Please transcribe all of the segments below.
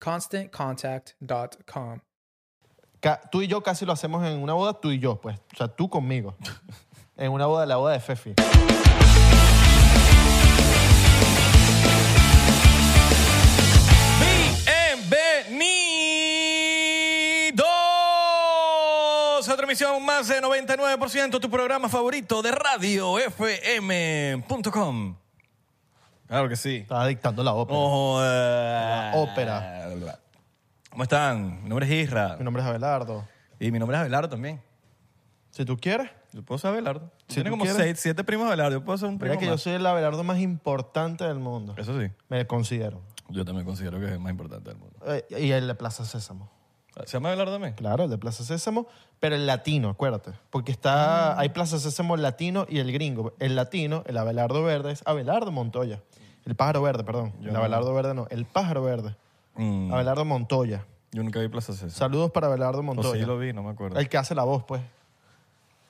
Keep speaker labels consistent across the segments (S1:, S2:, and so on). S1: ConstantContact.com.
S2: Ca- tú y yo casi lo hacemos en una boda, tú y yo, pues. O sea, tú conmigo. en una boda, la boda de Fefi.
S3: Bienvenidos a otra emisión más de 99%, tu programa favorito de radio fm.com. Claro que sí.
S2: Estaba dictando la ópera.
S3: No joda.
S2: La ópera.
S3: ¿Cómo están? Mi nombre es Isra.
S2: Mi nombre es Abelardo.
S3: Y mi nombre es Abelardo también.
S2: Si tú quieres.
S3: Yo puedo ser Abelardo.
S2: Si
S3: Tiene
S2: tú
S3: como
S2: quieres.
S3: seis, siete primos Abelardo. Yo puedo ser un primo
S2: Mira que yo
S3: más.
S2: soy el Abelardo más importante del mundo.
S3: Eso sí.
S2: Me considero.
S3: Yo también considero que es el más importante del mundo.
S2: Eh, y el de Plaza Sésamo.
S3: ¿Se llama Abelardo también?
S2: Claro, el de Plaza Sésamo, pero el latino, acuérdate. Porque está,
S3: Ah.
S2: hay Plaza Sésamo el latino y el gringo. El latino, el Abelardo Verde, es Abelardo Montoya. El pájaro verde, perdón. el Abelardo Verde no, el pájaro verde.
S3: Mm,
S2: Abelardo Montoya.
S3: Yo nunca vi Plaza César.
S2: Saludos para Abelardo
S3: O
S2: Montoya.
S3: sí lo vi, no me acuerdo.
S2: El que hace la voz, pues.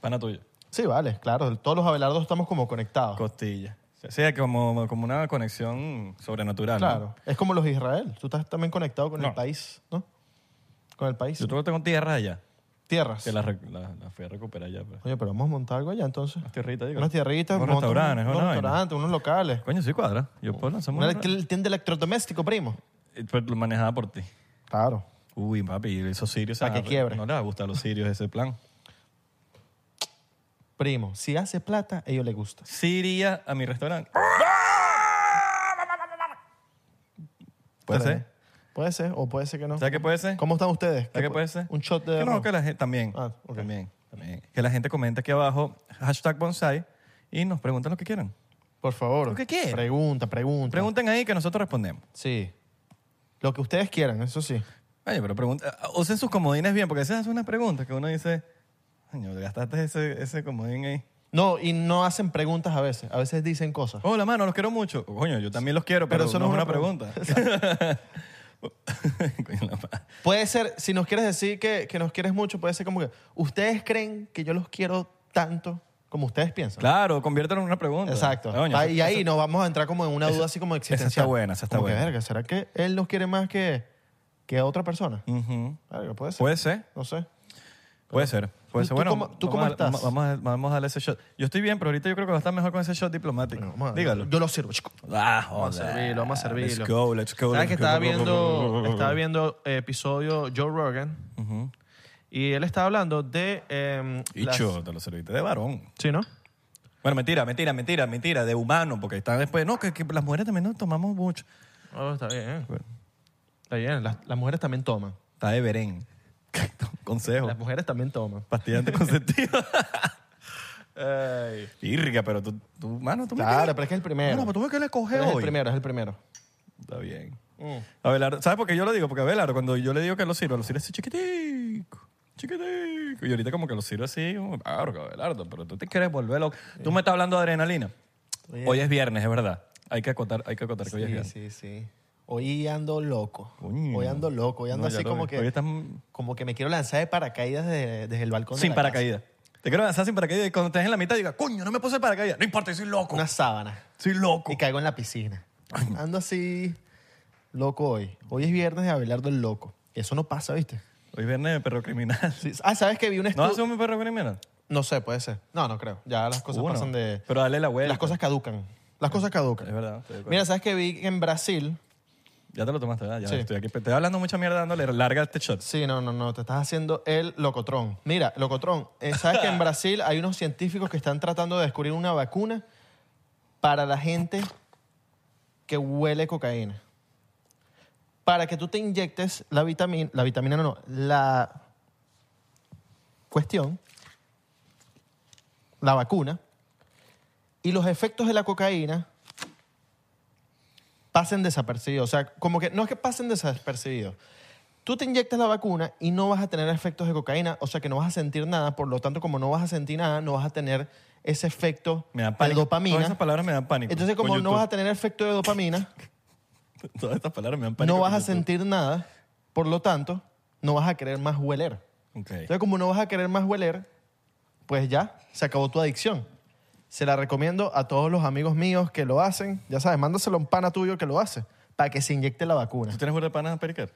S3: Pana tuya.
S2: Sí, vale, claro. Todos los Abelardos estamos como conectados.
S3: Costilla. O sea, como, como una conexión sobrenatural. ¿no?
S2: claro. Es como los de Israel. Tú estás también conectado con
S3: No.
S2: el país, ¿no? Con el país.
S3: Yo todo tengo tierras allá.
S2: Tierras.
S3: Que las re- la- las fui a recuperar allá. pero-
S2: Oye, pero vamos a montar algo allá entonces.
S3: Unas tierritas, digo.
S2: Unas tierritas.
S3: Unos
S2: monta un-
S3: restaurantes,
S2: Unos
S3: una vaina.
S2: restaurantes, unos locales.
S3: Coño, sí cuadra. Yo puedo lanzar
S2: Una
S3: una...
S2: elec- tienda electrodoméstico, primo.
S3: Pero manejada por ti.
S2: Claro.
S3: Uy, papi, esos sirios...
S2: Pa' que quiebre.
S3: No les va a gustar a los sirios ese plan.
S2: Primo, si hace plata, a ellos les gusta.
S3: Siria a mi restaurante. ¿Puede
S2: Tremendo.
S3: ser?
S2: Puede ser, o puede ser que no.
S3: ¿Sabes qué puede ser?
S2: ¿Cómo están ustedes?
S3: ¿Sabes qué puede ser?
S2: Un shot de...
S3: Que no,
S2: ron.
S3: que la gente también.
S2: Ah, ok.
S3: También, también. Que la gente comente aquí abajo, hashtag bonsai, y nos preguntan lo que quieran.
S2: Por favor.
S3: ¿Lo que quieres?
S2: Pregunta, pregunta.
S3: Pregunten ahí que nosotros respondemos.
S2: Sí. Lo que ustedes quieran, eso sí.
S3: Oye, pero pregunta, usen sus comodines bien, porque esas son unas preguntas que uno dice, coño, gastaste ese, ese comodín ahí.
S2: No, y no hacen preguntas a veces. A veces dicen cosas.
S3: Hola, mano, los quiero mucho. Coño, yo también los quiero, pero, eso no, es una pregunta. Coño, la madre.
S2: Puede ser, si nos quieres decir que, que nos quieres mucho, puede ser como que, ¿ustedes creen que yo los quiero tanto como ustedes piensan?
S3: claro, conviértelo en una pregunta.
S2: Exacto.
S3: Coño,
S2: Ah,
S3: eso-
S2: y ahí
S3: eso-
S2: nos vamos a entrar como en una duda así como
S3: esa está
S2: existencial.
S3: buena, esa está
S2: Como que,
S3: buena.
S2: "Verga, ¿será que él los quiere más que, que a otra persona?
S3: Ujú.
S2: Verga, puede ser.
S3: Puede ser.
S2: No sé.
S3: Puede ser, puede
S2: ¿Tú
S3: ser. Bueno,
S2: cómo- tú
S3: vamos
S2: cómo
S3: a-
S2: estás?
S3: Vamos a, vamos a darle ese shot. Yo estoy bien, pero ahorita yo creo que va a estar mejor con ese shot diplomático.
S2: Bueno, vamos a-
S3: Dígalo.
S2: Yo lo sirvo, chico.
S3: Ah,
S2: Vamos a
S3: joder.
S2: servirlo, vamos a servirlo.
S3: Let's go, let's go.
S2: ¿Sabes
S3: let's
S2: que
S3: go.
S2: estaba viendo, estaba viendo eh, episodio Joe Rogan y él estaba hablando de... em,
S3: Y
S2: las-
S3: cho, te lo serviste de varón.
S2: Sí, ¿no?
S3: Bueno, mentira, mentira, mentira, mentira, de humano, porque están después. No, que, que las mujeres también nos tomamos mucho.
S2: Oh, está bien. Está bien. Las, las mujeres también toman.
S3: Está de Berén. Consejo.
S2: Las mujeres también toman.
S3: Pastillas anticonceptivas.
S2: Ay.
S3: Virga, pero tú, tú, mano, tú me
S2: Claro,
S3: quieres-
S2: pero es que es el primero.
S3: Bueno, pero tú me quieres coger
S2: Pero es el
S3: hoy.
S2: primero, es el primero.
S3: Está bien.
S2: Mm.
S3: Abelardo, ¿sabes por qué yo lo digo? Porque Abelardo, cuando yo le digo que lo sirvo, lo sirve así chiquitico, chiquitico. Y ahorita como que lo sirve así, como, claro, Abelardo, pero tú te quieres volver loco. Tú me estás hablando de adrenalina.
S2: Oye.
S3: Hoy es viernes, es verdad. Hay que acotar, hay que acotar que hoy es
S2: Sí,
S3: viernes.
S2: sí, sí. Hoy ando loco.
S3: Coño.
S2: Hoy ando loco. Hoy ando
S3: No, ya
S2: así
S3: lo
S2: como
S3: vi.
S2: que,
S3: Hoy estás-
S2: como que me quiero lanzar de paracaídas desde, desde el balcón. de
S3: Sin
S2: la casa.
S3: paracaídas. Te quiero lanzar sin paracaídas y cuando estés en la mitad digas, coño, no me puse el paracaídas. No importa, soy loco.
S2: Una sábana.
S3: Soy loco.
S2: Y caigo en la piscina. Ando así loco hoy. Hoy es viernes de Abelardo el loco. Eso no pasa, ¿viste?
S3: Hoy es viernes de perro criminal.
S2: Sí. Ah, ¿sabes que vi un
S3: ¿No
S2: estudio?
S3: haces un perro criminal?
S2: No sé, puede ser. No, no creo. Ya las cosas
S3: Uno.
S2: Pues pasan de...
S3: Pero dale la vuelta.
S2: Las cosas caducan. Las cosas
S3: Es
S2: caducan.
S3: verdad. estoy de acuerdo.
S2: Mira, ¿sabes que vi en Brasil?
S3: Ya te lo tomaste, ¿verdad? Ya
S2: Sí.
S3: estoy aquí. Te estoy hablando mucha mierda dándole larga a este shot.
S2: Sí, no, no, no, te estás haciendo el locotrón. Mira, locotrón, eh, sabes que en Brasil hay unos científicos que están tratando de descubrir una vacuna para la gente que huele cocaína. Para que tú te inyectes la vitamina, la vitamina no, no, la cuestión, la vacuna, y los efectos de la cocaína pasen desapercibidos. O sea, como que no es que pasen desapercibidos. Tú te inyectas la vacuna y no vas a tener efectos de cocaína, o sea que no vas a sentir nada, por lo tanto, como no vas a sentir nada, no vas a tener ese efecto
S3: Me da
S2: de
S3: pánico.
S2: dopamina.
S3: Todas esas palabras me dan pánico.
S2: Entonces, como
S3: Con
S2: no
S3: YouTube.
S2: vas a tener efecto de dopamina,
S3: Todas estas palabras me dan pánico.
S2: no vas
S3: con
S2: a sentir nada, por lo tanto, no vas a querer más hueler.
S3: YouTube. pues. Ok.
S2: Entonces, como no vas a querer más hueler, pues ya, se acabó tu adicción. Se la recomiendo a todos los amigos míos que lo hacen. Ya sabes, mándaselo a un pana tuyo que lo hace para que se inyecte la vacuna.
S3: ¿Tú tienes burda de panas, Pericar?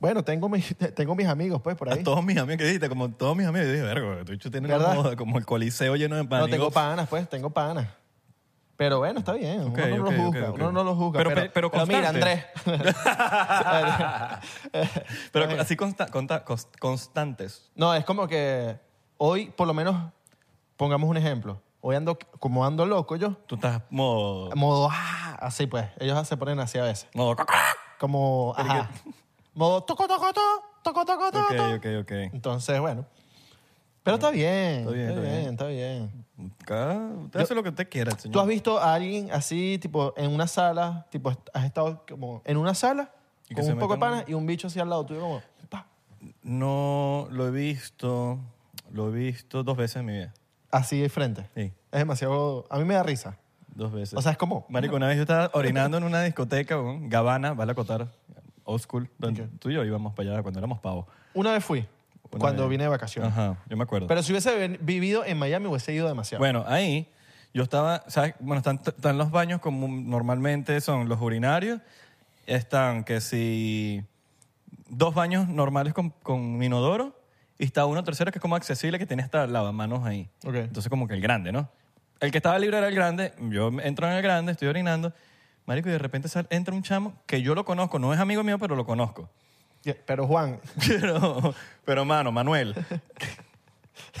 S2: Bueno, tengo mis, tengo mis amigos, pues, por
S3: A
S2: ahí.
S3: todos mis amigos que dijiste, como todos mis amigos, yo dije, verga, tú hecho tienes una
S2: ¿Verdad?
S3: moda, como el coliseo lleno de panas.
S2: No, tengo panas, pues, tengo panas. Pero bueno, está bien.
S3: Ok,
S2: uno no
S3: ok,
S2: lo
S3: ok,
S2: juzga.
S3: ok.
S2: Uno no lo juzga.
S3: Pero-
S2: Pero,
S3: pero
S2: mira, Andrés.
S3: constante. Pero así consta- conta- cons- constantes.
S2: No, es como que hoy, por lo menos, pongamos un ejemplo. Hoy ando, como ando loco yo,
S3: Tú estás modo...
S2: modo ah, así pues. Ellos se ponen así a veces.
S3: modo
S2: Como ajá. Modo toco, toco, toco, toco, toco, toco.
S3: Ok, ok, ok.
S2: Entonces, bueno. Pero está bien, está
S3: bien,
S2: bien,
S3: está
S2: está
S3: bien.
S2: bien, está bien.
S3: Cada- Usted hace lo que usted quiera, señor.
S2: ¿Tú has visto a alguien así, tipo, en una sala, tipo, est- has estado como en una sala
S3: Y que
S2: con
S3: se
S2: un poco de
S3: metan un-
S2: pana y un bicho así al lado tuyo como, pa,
S3: No lo he visto, lo he visto dos veces en mi vida.
S2: así de frente?
S3: Sí.
S2: Es demasiado, a mí me da risa.
S3: Dos veces.
S2: O sea, es como,
S3: Marico, una vez yo estaba orinando en una discoteca, weón, Gabana, vale a acotar, old school, donde
S2: Ok.
S3: tú y yo íbamos para allá cuando éramos pavos.
S2: una vez fui,
S3: Una
S2: cuando
S3: vez.
S2: vine de vacaciones.
S3: Ajá, yo me acuerdo.
S2: Pero si hubiese ven- vivido en Miami hubiese ido demasiado.
S3: bueno, ahí yo estaba, ¿sabes? Bueno, están, están los baños como normalmente son los urinarios, están que si dos baños normales con, con inodoro y está uno tercero que es como accesible que tiene hasta lavamanos ahí.
S2: Ok.
S3: Entonces como que el grande, ¿no? El que estaba libre era el grande, yo entro en el grande, estoy orinando, marico, y de repente sal- entra un chamo que yo lo conozco, no es amigo mío, pero lo conozco.
S2: Ya, Pero Juan,
S3: Pero, pero mano, Manuel.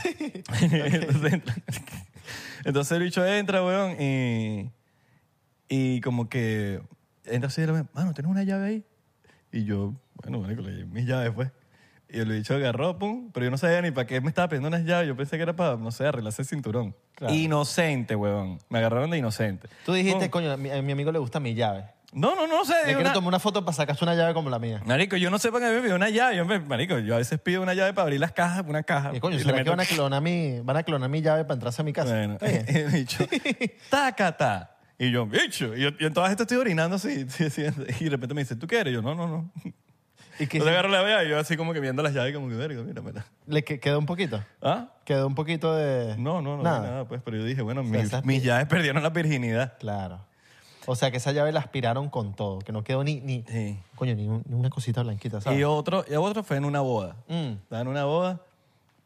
S3: entonces, entra- entonces el bicho entra, weón, y, y como que entra así y le ve, mano, ¿tienes una llave ahí? Y yo, bueno, marico, le di mis llaves, pues. Y el bicho agarró, pum, pero yo no sabía ni para qué me estaba pidiendo unas llaves. Yo pensé que era para, no sé, arreglarse el cinturón.
S2: Claro.
S3: Inocente, weón. Me agarraron de inocente.
S2: tú dijiste,
S3: Pum.
S2: coño, a mi, a mi amigo le gusta mi llave.
S3: No, no, no sé.
S2: Le
S3: digo,
S2: quiero
S3: "Nah".
S2: tomar una foto para sacarse una llave como la mía.
S3: Marico, yo no sé para qué me pidió una llave. Yo, me- marico, yo a veces pido una llave para abrir las cajas, una caja.
S2: Y coño,
S3: Ah, le
S2: ¿será que
S3: meto-
S2: van a clonar mi, van a clonar mi llave para entrarse a mi casa?
S3: Bueno,
S2: Está bien.
S3: el bicho, tácata. Y yo, bicho, y yo, yo en todas estas estoy orinando así, así, así, y de repente me dice, ¿tú qué eres? Y yo, no, no, no.
S2: ¿Y que
S3: Yo agarro la llave y yo así como que viendo las llaves como que, verga, míramela.
S2: le que- quedó un poquito?
S3: ¿Ah?
S2: Quedó un poquito de...
S3: No, no, no, nada,
S2: Nada.
S3: nada pues, pero yo dije, bueno, mis,
S2: esas-
S3: mis llaves perdieron la virginidad.
S2: Claro. O sea, que esa llave la aspiraron con todo, que no quedó ni... ni
S3: Sí.
S2: Coño, ni, un- ni una cosita blanquita, ¿sabes?
S3: Y otro, y otro fue en una boda.
S2: Mm.
S3: Estaba en una boda,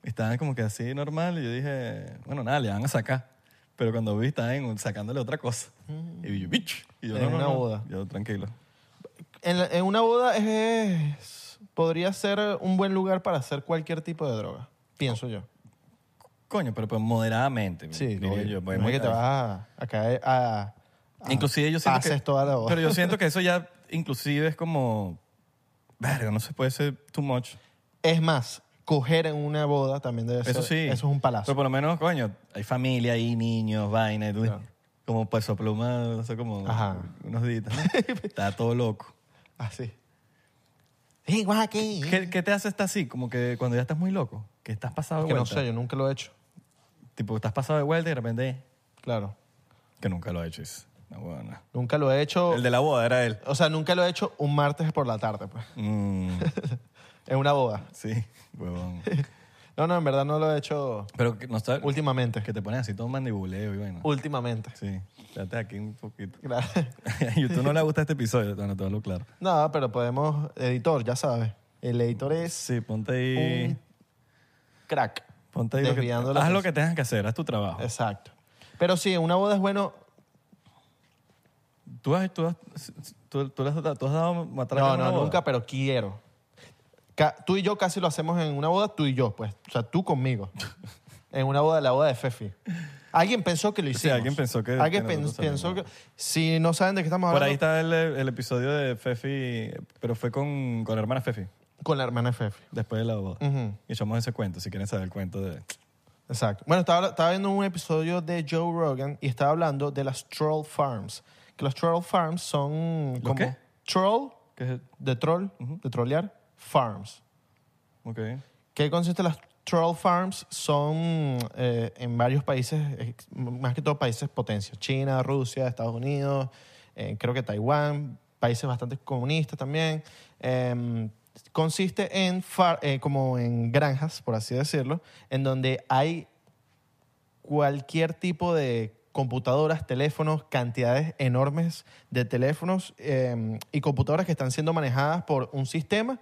S3: estaban como que así normal, y yo dije, bueno, nada, le van a sacar. Pero cuando vi, estaban en un- sacándole otra cosa. Y yo, bicho. Y yo,
S2: En
S3: no, no,
S2: una
S3: no.
S2: boda.
S3: Yo, tranquilo.
S2: En, la- en una boda es, es- Podría ser un buen lugar para hacer cualquier tipo de droga, pienso yo.
S3: Coño, pero, pero moderadamente.
S2: Sí,
S3: Oh, diría
S2: obvio.
S3: yo.
S2: no
S3: Voy
S2: es que te
S3: moderado.
S2: vas a, a caer a, a-
S3: Inclusive yo siento
S2: pases
S3: que-
S2: toda la hora.
S3: Pero yo siento que eso ya inclusive es como... Verga, no se puede ser too much.
S2: Es más, coger en una boda también debe ser.
S3: Eso sí.
S2: Eso es un palazo.
S3: Pero por lo menos, coño, hay familia ahí, niños, vaina. y tú-
S2: Claro.
S3: Como peso pluma, no sé, como
S2: Ajá.
S3: unos días. Está todo loco.
S2: Así. Sí, guau, aquí.
S3: ¿Qué, qué te hace estar así? Como que cuando ya estás muy loco, que estás pasado de
S2: Que no
S3: vuelta.
S2: sé, yo nunca lo he hecho.
S3: Tipo, estás pasado de vuelta y de repente...
S2: Claro.
S3: Que nunca lo he hecho. es una huevona.
S2: Nunca lo he hecho.
S3: El de la boda era él.
S2: O sea, nunca lo he hecho un martes por la tarde, pues.
S3: Mm,
S2: En una boda.
S3: sí, huevón.
S2: No, no, en verdad no lo he hecho
S3: Pero que no está...
S2: últimamente.
S3: Que te pones así todo mandibuleo y bueno.
S2: Últimamente.
S3: Sí, trate aquí un poquito.
S2: Claro.
S3: A YouTube no le gusta este episodio, bueno, todo lo claro.
S2: No, pero podemos. Editor, ya sabes. El editor es
S3: Sí, ponte ahí.
S2: un crack.
S3: ponte ahí. Lo que,
S2: desviando la
S3: haz lo
S2: cosa.
S3: que tengas que hacer, haz tu trabajo.
S2: Exacto. Pero sí, en una boda es bueno.
S3: Tú has, tú, has, tú, tú le has, tú has dado matraca
S2: No,
S3: en
S2: no,
S3: una boda?
S2: nunca, pero quiero. Ca- tú y yo casi lo hacemos en una boda, tú y yo, pues. O sea, tú conmigo. en una boda, la boda de Fefi. Alguien pensó que lo hicimos.
S3: alguien pensó que-
S2: Alguien
S3: que
S2: pen-
S3: nosotros
S2: pensó que.
S3: salimos.
S2: Si no saben de qué estamos
S3: Por
S2: hablando,
S3: ahí está el, el episodio de Fefi, pero fue con, con la hermana Fefi,
S2: con la hermana de Fefi.
S3: después de la boda.
S2: Ujú.
S3: Y echamos ese cuento, si quieren saber el cuento de...
S2: Exacto. Bueno, estaba, estaba viendo un episodio de Joe Rogan y estaba hablando de las troll farms. Que las troll farms son como
S3: qué?
S2: troll,
S3: ¿Qué es?
S2: de troll, de trolear, farms.
S3: Ok.
S2: ¿Qué consiste las troll farms? Son eh, en varios países, ex- más que todo países potencias, China, Rusia, Estados Unidos, eh, creo que Taiwán, países bastante comunistas también. Em, consiste en far- eh, como en granjas, por así decirlo, en donde hay cualquier tipo de computadoras, teléfonos, cantidades enormes de teléfonos eh, y computadoras que están siendo manejadas por un sistema,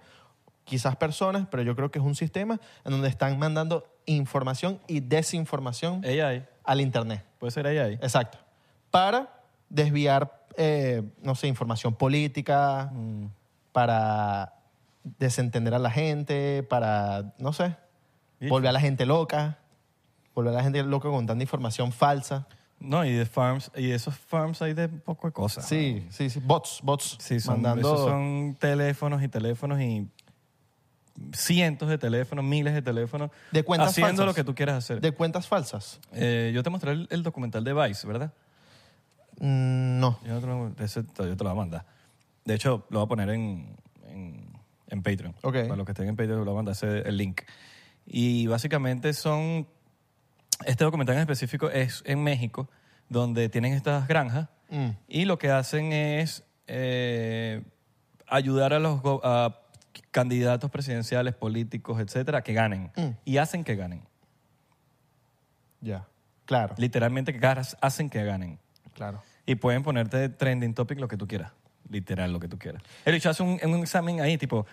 S2: quizás personas, pero yo creo que es un sistema en donde están mandando información y desinformación
S3: AI,
S2: al Internet.
S3: puede ser AI.
S2: Exacto. Para desviar, eh, no sé, información política, para desentender a la gente, para, no sé,
S3: Bicho.
S2: volver a la gente loca, volver a la gente loca con tanta información falsa.
S3: No, y de farms, y esos farms hay de poco de cosas.
S2: Sí, sí, sí, bots, bots.
S3: Sí, son,
S2: mandando.
S3: esos son teléfonos y teléfonos y cientos de teléfonos, miles de teléfonos.
S2: De cuentas
S3: Haciendo
S2: falsas.
S3: lo que tú quieras hacer.
S2: De cuentas falsas.
S3: Eh, yo te mostré el, el documental de Vice, ¿verdad?
S2: Mm, No.
S3: Yo no te lo, ese te- yo te lo voy a mandar. De hecho, lo voy a poner en, en, en Patreon.
S2: Ok.
S3: Para los que estén en Patreon, lo voy a mandar ese- el link. Y básicamente son... Este documental en específico es en México, donde tienen estas granjas
S2: Mm.
S3: y lo que hacen es eh, ayudar a los go- a candidatos presidenciales, políticos, etcétera, que ganen.
S2: Mm.
S3: Y hacen que ganen.
S2: Ya. Claro.
S3: Literalmente que ganas- hacen que ganen.
S2: Claro.
S3: Y pueden ponerte de trending topic lo que tú quieras. Literal, lo que tú quieras. El hecho hace un, un examen ahí, tipo,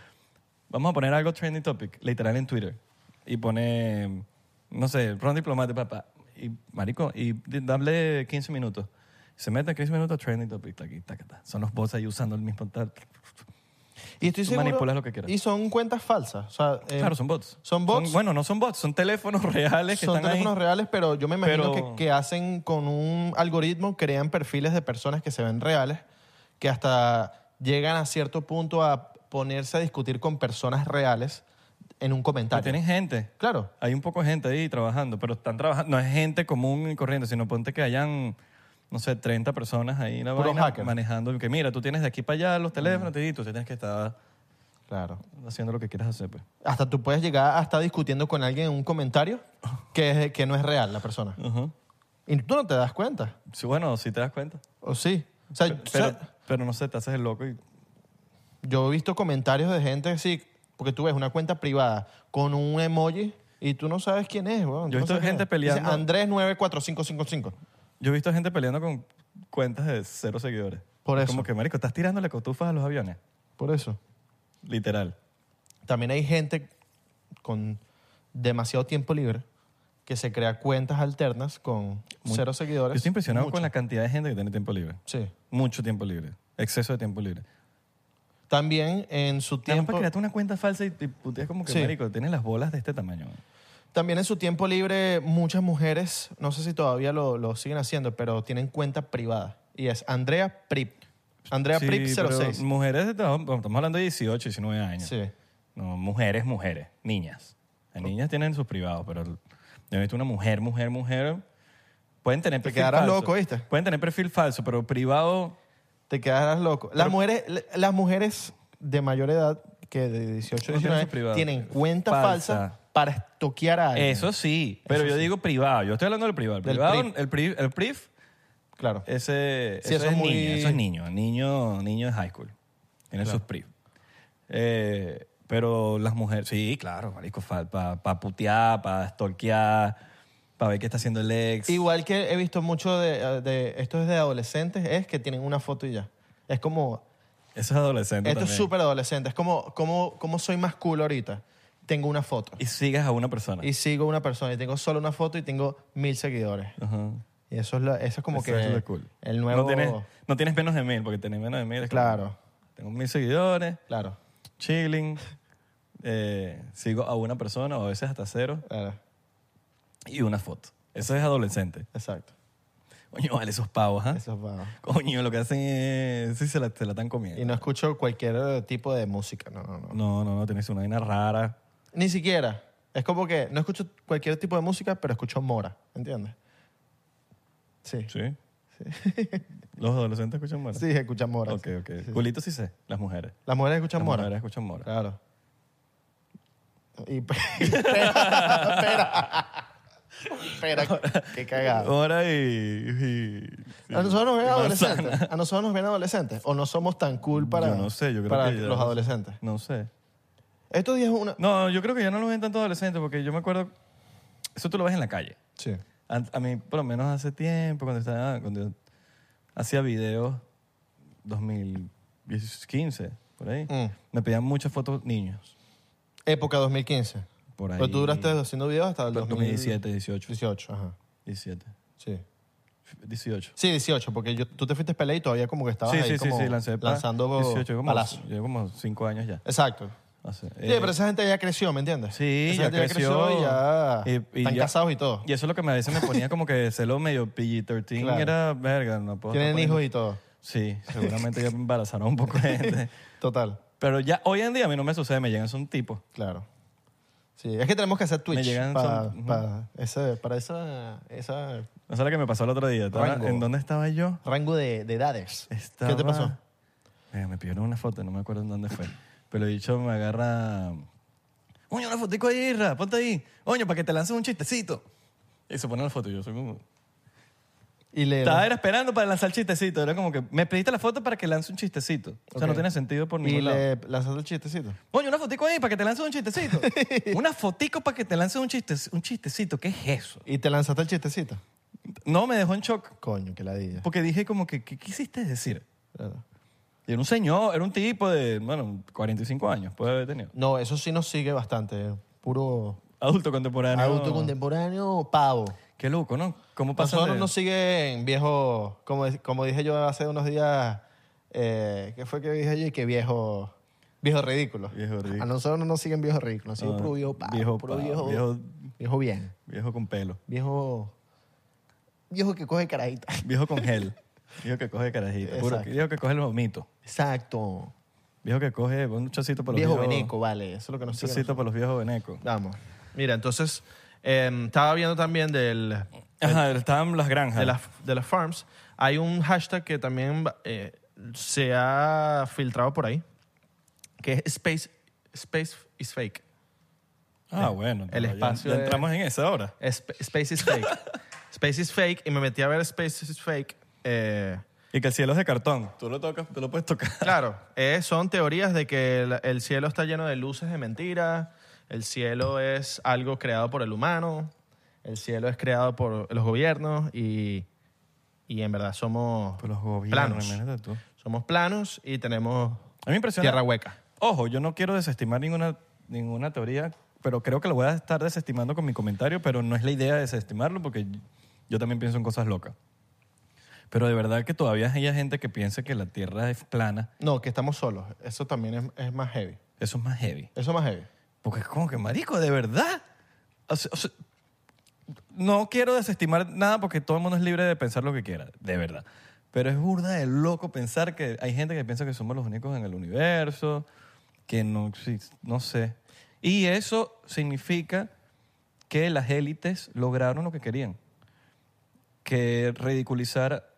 S3: vamos a poner algo trending topic, literal en Twitter. Y pone, no sé, Ron Diplomate, papá. Y, marico, y d- dale 15 minutos. Se mete 15 minutos trending topic, taqui, taca, ta. Son los bots ahí usando el mismo tal.
S2: Y estoy
S3: Tú
S2: seguro-
S3: manipulas lo que quieras.
S2: Y son cuentas falsas. O sea, eh,
S3: Claro, son bots.
S2: Son bots.
S3: bueno, no son bots, son teléfonos reales que
S2: son
S3: están ahí.
S2: teléfonos reales, pero yo me imagino
S3: Pero-
S2: que, que hacen con un algoritmo, crean perfiles de personas que se ven reales, que hasta llegan a cierto punto a ponerse a discutir con personas reales en un
S3: Pero
S2: comentario.
S3: tienen gente.
S2: Claro,
S3: Hay un poco de gente ahí trabajando, pero están trabajando. No es gente común y corriente, sino ponte que hayan, no sé, 30 personas ahí en la
S2: Puros
S3: vaina
S2: hackers. Mm.
S3: manejando. y Que mira, tú tienes de aquí para allá los teléfonos y tú tienes que estar
S2: claro.
S3: haciendo lo que quieras hacer. Pues.
S2: Hasta tú puedes llegar a estar discutiendo con alguien en un comentario que, es- que no es real la persona.
S3: Ujú.
S2: Y tú no te das cuenta,
S3: Sí, bueno, si te das cuenta.
S2: ¿o sí? O sea,
S3: Pero,
S2: o sea,
S3: pero no sé, te haces el loco y
S2: Yo he visto comentarios de gente así, porque tú ves una cuenta privada con un emoji y tú no sabes quién es, weón.
S3: Yo he
S2: No
S3: visto
S2: sabes quién
S3: gente
S2: es.
S3: peleando.
S2: Dice, Andrés 94555.
S3: Yo he visto gente peleando con cuentas de cero seguidores.
S2: Por
S3: Es
S2: eso.
S3: Como que, marico, estás tirándole cotufas a los aviones.
S2: Por eso.
S3: Literal.
S2: También hay gente con demasiado tiempo libre que se crea cuentas alternas con
S3: Muy-
S2: cero seguidores.
S3: Yo estoy impresionado
S2: Mucho.
S3: con la cantidad de gente que tiene tiempo libre.
S2: Sí.
S3: Mucho tiempo libre. Exceso de tiempo libre.
S2: También en su
S3: Tiempo
S2: tiempo...
S3: para crearte una cuenta falsa y, y puta, es como que,
S2: Sí.
S3: marico, tienes las bolas de este tamaño.
S2: También en su tiempo libre, muchas mujeres, no sé si todavía lo, lo siguen haciendo, pero tienen cuenta privada. Y es Andrea Prip. Andrea
S3: Sí,
S2: Prip
S3: pero
S2: 06.
S3: Mujeres, de trabajo- bueno, estamos hablando de 18, 19 años.
S2: Sí.
S3: No, mujeres, mujeres, niñas. Las niñas tienen sus privados, pero el- yo he visto una mujer, mujer, mujer. Pueden tener perfil
S2: quedarás
S3: falso.
S2: loco, ¿viste?
S3: Pueden tener perfil falso, pero privado.
S2: Te quedarás loco. Las mujeres, las mujeres de mayor edad, que de 18 a
S3: No tienen
S2: 19,
S3: su privado.
S2: tienen cuenta falsa,
S3: Falsa.
S2: para estoquear a alguien.
S3: Eso sí, pero
S2: Eso
S3: yo
S2: sí.
S3: digo privado. Yo estoy hablando del privado. El
S2: Del
S3: privado,
S2: PRIV.
S3: el PRIV, el PRIV,
S2: Claro.
S3: ese,
S2: Sí,
S3: eso,
S2: eso es
S3: es
S2: muy-
S3: niño, eso es niño, niño, niño de high school. Tiene sus PRIV. Eh, pero las mujeres, sí, claro, marico, para putear, para stalkear, para ver qué está haciendo el ex.
S2: Igual que he visto mucho de, de esto es de adolescentes, es que tienen una foto y ya. Es como,
S3: Eso es adolescente
S2: esto es
S3: también.
S2: súper adolescente. Es como, como, como soy más cool ahorita. Tengo una foto.
S3: Y sigas a una persona.
S2: Y sigo una persona y tengo solo una foto y tengo mil seguidores.
S3: Ajá.
S2: Y eso es, lo- eso es como
S3: Eso
S2: que
S3: es lo cool.
S2: el nuevo...
S3: No tienes, no tienes menos de mil, porque tenés menos de mil. es como,
S2: Claro,
S3: Tengo mil seguidores,
S2: claro,
S3: chilling, eh, sigo a una persona o a veces hasta cero
S2: claro.
S3: y una foto. Eso es adolescente.
S2: Exacto.
S3: Coño, vale, esos pavos, ¿ah?
S2: Eso es bueno.
S3: Coño, lo que hacen es... Sí, se la, se la están
S2: Y
S3: comiendo.
S2: no escucho cualquier eh, tipo de música, no, no, no.
S3: No, no, no, tienes una vaina rara.
S2: Ni siquiera. Es como que no escucho cualquier tipo de música, pero escucho mora, ¿entiendes? Sí.
S3: Sí. Los adolescentes escuchan mora.
S2: Sí, escuchan mora.
S3: Ok,
S2: sí.
S3: ok.
S2: Sí, sí.
S3: Culito sí sé, las mujeres.
S2: Las mujeres escuchan
S3: Las
S2: mora.
S3: mujeres escuchan mora.
S2: Claro. Y pe- y pera. Pera. Pera. Qué cagado. Ah,
S3: Ahora y... y-
S2: A nosotros nos ven
S3: y
S2: adolescentes. A nosotros nos ven adolescentes. O no somos tan cool para,
S3: yo no sé, yo creo
S2: para
S3: que ya-
S2: los adolescentes.
S3: No sé.
S2: Estos días una.
S3: No, yo creo que ya no lo ven tanto adolescentes porque yo me acuerdo, eso tú lo ves en la calle.
S2: Sí.
S3: A, a mí, por lo menos hace tiempo, cuando estaba, cuando yo hacía videos, 2015, por ahí,
S2: Mm.
S3: me pedían muchas fotos niños,
S2: Época 2015.
S3: por ahí.
S2: Pero tú duraste haciendo videos hasta el
S3: Pero
S2: 2017.
S3: 2017, 18,
S2: 18, ajá.
S3: 17,
S2: Sí.
S3: 18.
S2: Sí, 18, porque yo- tú te fuiste pelea y todavía como que estabas
S3: sí,
S2: ahí
S3: sí, sí,
S2: como
S3: sí, lancé pa-
S2: lanzando
S3: 18, yo como,
S2: palazos.
S3: Llevo como 5 años ya.
S2: Exacto.
S3: Hace-
S2: Sí,
S3: eh,
S2: pero esa gente ya creció, ¿me entiendes?
S3: Sí,
S2: Esa
S3: ya
S2: gente
S3: creció.
S2: y ya
S3: Y- y
S2: están
S3: ya-
S2: casados y todo.
S3: eh, Y eso es lo que me- a veces me ponía como que celo medio PG-13
S2: Claro.
S3: era verga, no puedo.
S2: Tienen
S3: estar
S2: hijos
S3: poniendo-
S2: y todo.
S3: Sí, seguramente ya me embarazaron un poco de gente.
S2: Total,
S3: Pero ya hoy en día a mí no me sucede, me llegan son tipos.
S2: claro. Sí, es que tenemos que hacer Twitch
S3: llegan
S2: para,
S3: son-
S2: para ese, para esa, esa
S3: No sé lo que me pasó el otro día. Estaba-
S2: Rango.
S3: ¿En dónde estaba yo?
S2: rango de, de edades.
S3: Estaba-
S2: ¿Qué te pasó?
S3: Venga, me pidieron una foto, no me acuerdo en dónde fue. Pero el dicho me agarra. Oño, una fotico ahí, Ra, ponte ahí. Oño, para que te lances un chistecito. Y se pone la foto. y Yo soy como.
S2: Y le,
S3: Estaba era esperando para lanzar el chistecito. Era como que me pediste la foto para que lance un chistecito. O sea,
S2: Ok.
S3: no tiene sentido por
S2: y
S3: ningún lado.
S2: le lanzaste el chistecito.
S3: Oño, una fotico ahí para que te lances un chistecito. una fotico para que te lances un, chiste, un chistecito. ¿Qué es eso?
S2: Y te lanzaste el chistecito.
S3: No, me dejó en shock.
S2: Coño, que ladilla.
S3: Porque dije como que, ¿qué quisiste decir?
S2: Claro.
S3: Y era un señor, era un tipo de, bueno, 45 años, puede haber tenido.
S2: No, eso sí nos sigue bastante. eh. Puro
S3: Adulto contemporáneo.
S2: adulto contemporáneo, pavo.
S3: Qué loco, ¿no? ¿Cómo pasa?
S2: Nosotros nos siguen viejos, como, como dije yo hace unos días, eh, ¿qué fue que dije yo? Y que viejo, viejo ridículo.
S3: Viejo ridículo.
S2: A nosotros no nos siguen viejos ridículos, nos siguen
S3: No,
S2: puro viejo pavo,
S3: viejo
S2: puro
S3: pavo,
S2: viejo, viejo,
S3: viejo-
S2: bien,
S3: Viejo con pelo,
S2: viejo, viejo que coge carajita.
S3: viejo con gel, viejo que coge carajito, puro-
S2: Exacto.
S3: viejo que coge el vomito,
S2: Exacto.
S3: viejo que coge un chocito para los
S2: Viejo
S3: viejos...
S2: veneco, vale, eso es lo que
S3: Un
S2: nos siguen.
S3: chocito para los viejos venecos.
S2: Vamos. Mira, entonces, em, estaba viendo también del,
S3: Ajá, estaban las granjas.
S2: de las, de las farms, hay un hashtag que también eh, se ha filtrado por ahí, que es Space, space is Fake.
S3: ah, bueno.
S2: el
S3: ya-
S2: espacio
S3: ya
S2: de-
S3: entramos en esa ahora.
S2: Esp- space is Fake. space is Fake, y me metí a ver Space is Fake. eh,
S3: Y que el cielo es de cartón. Tú lo tocas, tú lo puedes tocar.
S2: claro, eh, son teorías de que el, el cielo está lleno de luces de mentiras, el cielo es algo creado por el humano, el cielo es creado por los gobiernos y, y en verdad somos
S3: Por los gobiernos,
S2: planos.
S3: imagínate tú.
S2: Somos planos y tenemos
S3: A mí me impresiona.
S2: tierra hueca.
S3: Ojo, yo no quiero desestimar ninguna, ninguna teoría, pero creo que lo voy a estar desestimando con mi comentario, pero no es la idea de desestimarlo porque yo también pienso en cosas locas. Pero de verdad que todavía hay gente que piensa que la Tierra es plana.
S2: No, que estamos solos. Eso también es, es más heavy.
S3: Eso es más heavy.
S2: Eso es más heavy.
S3: Porque es como que, marico, de verdad. o sea- o sea, no quiero desestimar nada porque todo el mundo es libre de pensar lo que quiera, de verdad. Pero es burda de loco pensar que hay gente que piensa que somos los únicos en el universo, que no existe, no sé. Y eso significa que las élites lograron lo que querían. Que ridiculizar,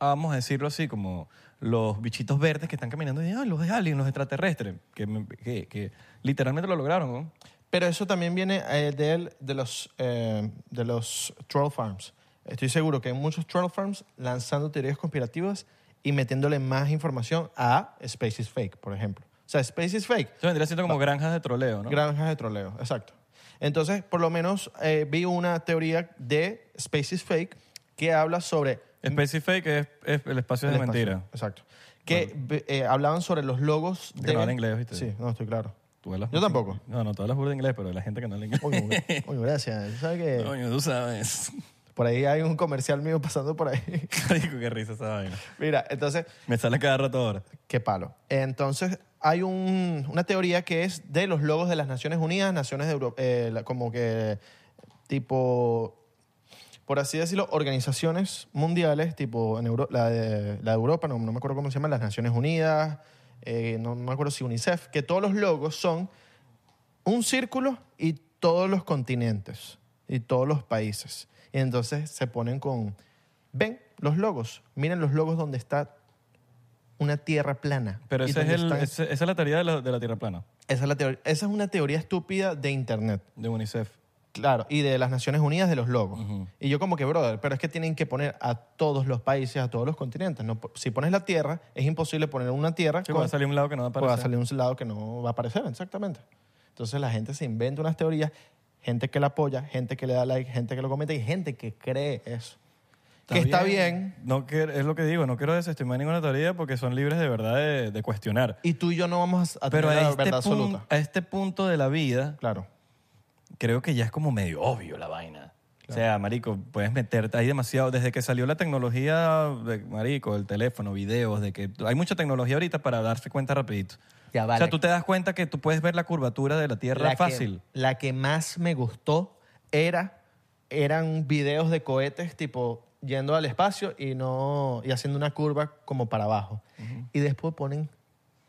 S3: vamos a decirlo así, como los bichitos verdes que están caminando y dicen, "Ah, los de aliens, los extraterrestres, que, me- que- que literalmente lo lograron. ¿no?
S2: Pero eso también viene eh, del- de, los, eh, de los troll farms. Estoy seguro que hay muchos troll farms lanzando teorías conspirativas y metiéndole más información a Space is Fake, por ejemplo. O sea, Space is Fake,
S3: Eso vendría siendo como granjas de troleo, ¿no?
S2: granjas de troleo, exacto. Entonces, por lo menos eh, vi una teoría de Space is Fake que habla sobre...
S3: Space Fake es, es el espacio
S2: El espacio,
S3: de mentira.
S2: Exacto. Que ve- eh, hablaban sobre los logos
S3: que
S2: de...
S3: no habla inglés, ¿viste?
S2: Sí, no, estoy claro.
S3: Tú hablas
S2: Yo
S3: burda-
S2: tampoco.
S3: No, no, tú hablas burda de inglés, pero de la gente que no habla inglés.
S2: Oye, oye, gracias. ¿Sabes que
S3: Coño, tú sabes.
S2: Por ahí hay un comercial mío pasando por ahí.
S3: Marico, qué risa esa vaina.
S2: Mira, entonces,
S3: Me sale cada rato ahora.
S2: qué palo. Entonces, hay un- una teoría que es de los logos de las Naciones Unidas, naciones de Europa, eh, la- como que tipo, por así decirlo, organizaciones mundiales, tipo en Euro- la, de, la de Europa, no, no me acuerdo cómo se llaman, las Naciones Unidas, eh, no, no me acuerdo si UNICEF, que todos los logos son un círculo y todos los continentes y todos los países. Y entonces se ponen con, ven los logos, miren los logos donde está una tierra plana.
S3: Pero
S2: y
S3: ese es
S2: donde están-
S3: el- ese- esa es la teoría de la, de la Tierra plana,
S2: Esa, es la teoría- esa es una teoría estúpida de Internet.
S3: de UNICEF.
S2: Claro, y de las Naciones Unidas de los logos. Y yo como que, brother, pero es que tienen que poner a todos los países, a todos los continentes. No, po- si pones la Tierra, es imposible poner una Tierra
S3: Chico,
S2: con-
S3: va a salir un lado que no va a
S2: porque Pues va a
S3: aparecer.
S2: salir un lado que no va a aparecer, exactamente. Entonces la gente se inventa unas teorías, gente que la apoya, gente que le da like, gente que lo comenta y gente que cree eso. que está bien.
S3: No que- es lo que digo, no quiero desestimar ninguna teoría porque son libres de verdad de, de cuestionar.
S2: Y tú y yo no vamos a tener
S3: Pero a
S2: la
S3: este,
S2: verdad
S3: punto,
S2: absoluta.
S3: a este punto de la vida,
S2: Claro.
S3: creo que ya es como medio obvio la vaina. O sea, marico, puedes meterte, hay demasiado, desde que salió la tecnología, de, marico, el teléfono, videos, de que hay mucha tecnología ahorita para darse cuenta rapidito.
S2: Ya va,
S3: o sea,
S2: la-
S3: tú te das cuenta que tú puedes ver la curvatura de la Tierra
S2: que-
S3: fácil.
S2: la que más me gustó era eran videos de cohetes tipo yendo al espacio y no y haciendo una curva como para abajo. Y después ponen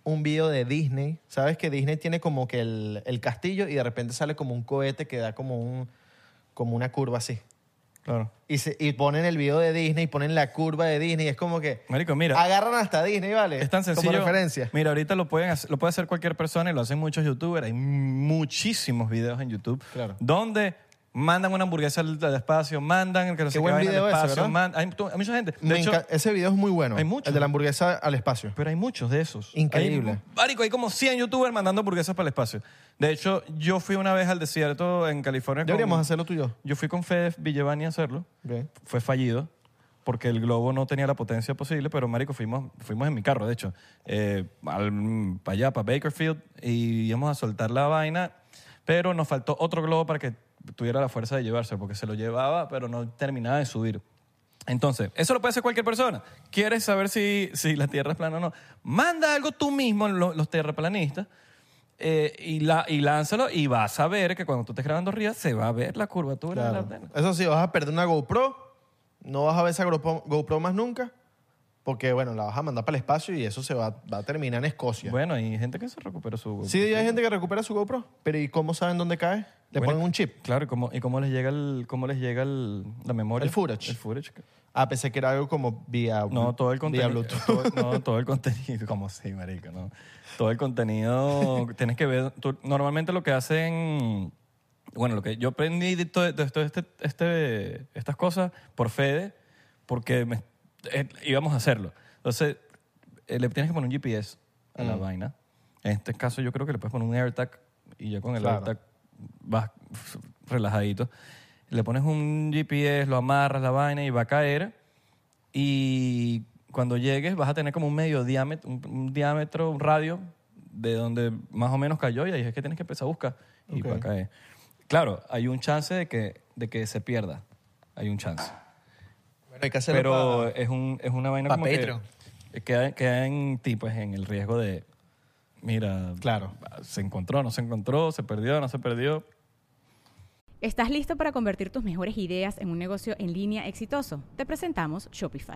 S2: un video de Disney. ¿Sabes que Disney tiene como que el, el castillo y de repente sale como un cohete que da como un como una curva así.
S3: Claro.
S2: Y, se- y ponen el video de Disney, ponen la curva de Disney, y es como que
S3: Marico, mira.
S2: agarran hasta Disney, ¿vale?
S3: Es tan sencillo.
S2: Ah, eh, Como referencia.
S3: Mira, ahorita lo, pueden hacer- lo puede hacer cualquier persona y lo hacen muchos youtubers. Hay muchísimos videos en YouTube
S2: Claro.
S3: donde mandan una hamburguesa al, al espacio, mandan el que no sé
S2: buen
S3: vaina al
S2: video ese,
S3: espacio.
S2: ¿verdad?
S3: man- hay, tú- hay mucha gente. De
S2: Me
S3: hecho,
S2: encan- ese video es muy bueno.
S3: Hay muchos.
S2: El de la hamburguesa al espacio.
S3: pero hay muchos de esos.
S2: Increíble.
S3: Hay, marico, hay como 100 youtubers mandando hamburguesas para el espacio. De hecho, yo fui una vez al desierto en California. con-
S2: Deberíamos hacerlo tú y yo.
S3: Yo fui con Fede Villevani a hacerlo. fue fallido porque el globo no tenía la potencia posible, pero marico, fuimos, fuimos en mi carro, de hecho, eh, al, mm, pa' allá, para Bakerfield, y íbamos a soltar la vaina, pero nos faltó otro globo para que tuviera la fuerza de llevarse, porque se lo llevaba, pero no terminaba de subir. Entonces, eso lo puede hacer cualquier persona. ¿Quieres saber si, si la Tierra es plana o no? Manda algo tú mismo, lo- los terraplanistas, eh, y, la, y lánzalo, y vas a ver que cuando tú estés grabando arriba, se va a ver la curvatura de la
S2: Claro.
S3: antena.
S2: Eso sí, vas a perder una GoPro, no vas a ver esa GoPro, GoPro más nunca, porque bueno, la vas a mandar para el espacio y eso se va, va a terminar en Escocia.
S3: Bueno, hay gente que se recuperó su
S2: sí, hay gente que recupera su GoPro, pero ¿y cómo saben dónde cae? Le
S3: Bueno,
S2: ponen un chip.
S3: Claro, ¿y cómo, y cómo les llega, el, cómo les llega el- la memoria?
S2: El footage.
S3: El footage.
S2: Ah, pensé que era algo como vía
S3: No, todo el
S2: vía
S3: contenido.
S2: Bluetooth.
S3: todo- no, todo el contenido. Como sí, marico, no. Todo el contenido tienes que ver. tú- normalmente lo que hacen. Bueno, lo que yo aprendí de todo, de todo este, este- estas cosas por Fede, porque me- eh, íbamos a hacerlo. Entonces, eh, le tienes que poner un GPS a
S2: Mm.
S3: la vaina. En este caso, yo creo que le puedes poner un AirTag y ya con el
S2: Claro.
S3: AirTag vas f- relajadito. Le pones un GPS, lo amarras la vaina y va a caer. Y cuando llegues vas a tener como un medio diámetro, un, un diámetro, un radio de donde más o menos cayó y ahí es que tienes que empezar a buscar y
S2: Ok.
S3: va a caer. Claro, hay un chance de que, de que se pierda. Hay un chance.
S2: Ah, Bueno, hay que hacerlo
S3: Pero
S2: pa-
S3: es, un, es una vaina
S2: pa'
S3: como que-
S2: Patreon.
S3: que queda, queda en ti, pues, en el riesgo de, mira,
S2: Claro.
S3: se encontró, no se encontró, se perdió, no se perdió.
S4: ¿Estás listo para convertir tus mejores ideas en un negocio en línea exitoso? Te presentamos Shopify.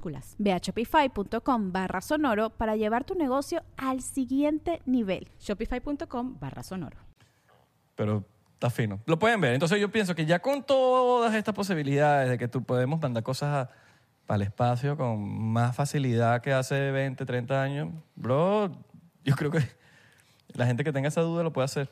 S5: Ve a shopify.com barra sonoro para llevar tu negocio al siguiente nivel.
S4: Shopify.com barra sonoro.
S3: pero está fino. Lo pueden ver. Entonces yo pienso que ya con todas estas posibilidades de que tú podemos mandar cosas para el espacio con más facilidad que hace 20, 30 años, bro, yo creo que la gente que tenga esa duda lo puede hacer.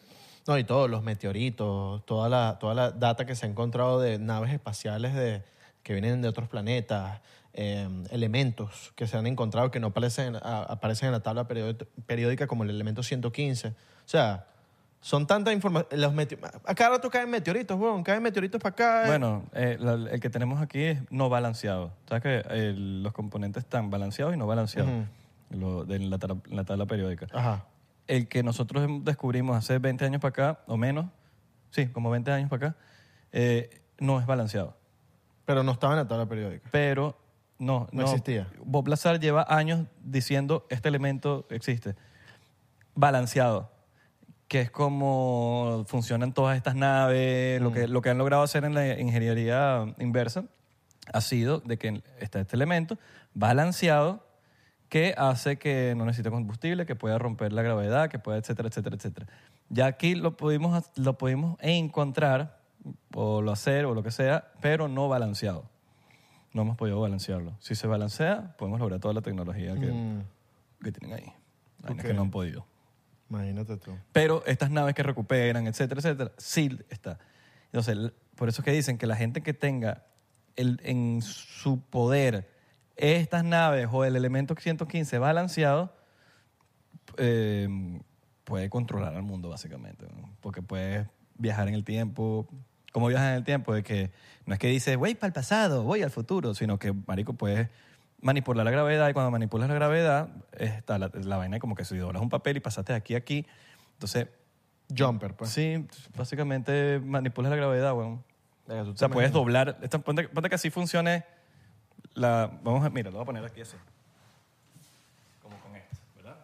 S2: No, y todos los meteoritos, toda la, toda la data que se ha encontrado de naves espaciales de, que vienen de otros planetas, eh, elementos que se han encontrado que no aparecen, a- aparecen en la tabla period- periódica como el elemento 115. O sea, son tanta información. Acá ahora tú caen meteoritos, weón, caen meteoritos para acá. eh.
S3: Bueno, eh, la- el que tenemos aquí es no balanceado. Sabes que eh, los componentes están balanceados y no balanceados Lo- de la, tabla- la tabla periódica.
S2: Ajá.
S3: el que nosotros descubrimos hace 20 años para acá, o menos, sí, como 20 años para acá, eh, no es balanceado.
S2: Pero no estaba en la tabla periódica.
S3: Pero no,
S2: No existía.
S3: Bob Lazar lleva años diciendo este elemento existe. Balanceado, que es como funcionan todas estas naves, lo, que, lo que han logrado hacer en la ingeniería inversa ha sido de que está este elemento balanceado que hace que no necesite combustible, que pueda romper la gravedad, que pueda, etcétera, etcétera, etcétera. Ya aquí lo pudimos, lo pudimos encontrar, o lo hacer, o lo que sea, pero no balanceado. No hemos podido balancearlo. Si se balancea, podemos lograr toda la tecnología que, que tienen ahí. Vainas que
S2: Mm. Ok.
S3: no han podido.
S2: Imagínate tú.
S3: Pero estas naves que recuperan, etcétera, etcétera, sí está. Entonces, el- por eso es que dicen que la gente que tenga el- en su poder estas naves o el elemento 115 balanceado, eh, puede controlar al mundo básicamente, ¿no? porque puedes viajar en el tiempo. ¿Cómo viajas en el tiempo? De que no es que dices, voy para el pasado, voy al futuro, sino que, marico, puedes manipular la gravedad y cuando manipulas la gravedad eh, está la, la vaina como que si doblas un papel y pasaste de aquí a aquí. Entonces,
S2: Jumper, pues.
S3: sí, básicamente manipulas la gravedad, weón.
S2: Venga, tú
S3: O sea,
S2: te
S3: puedes
S2: imaginas.
S3: doblar. Esta, ponte, ponte que así funcione la. Vamos a. Mira, lo voy a poner aquí así. Como con esto, ¿verdad?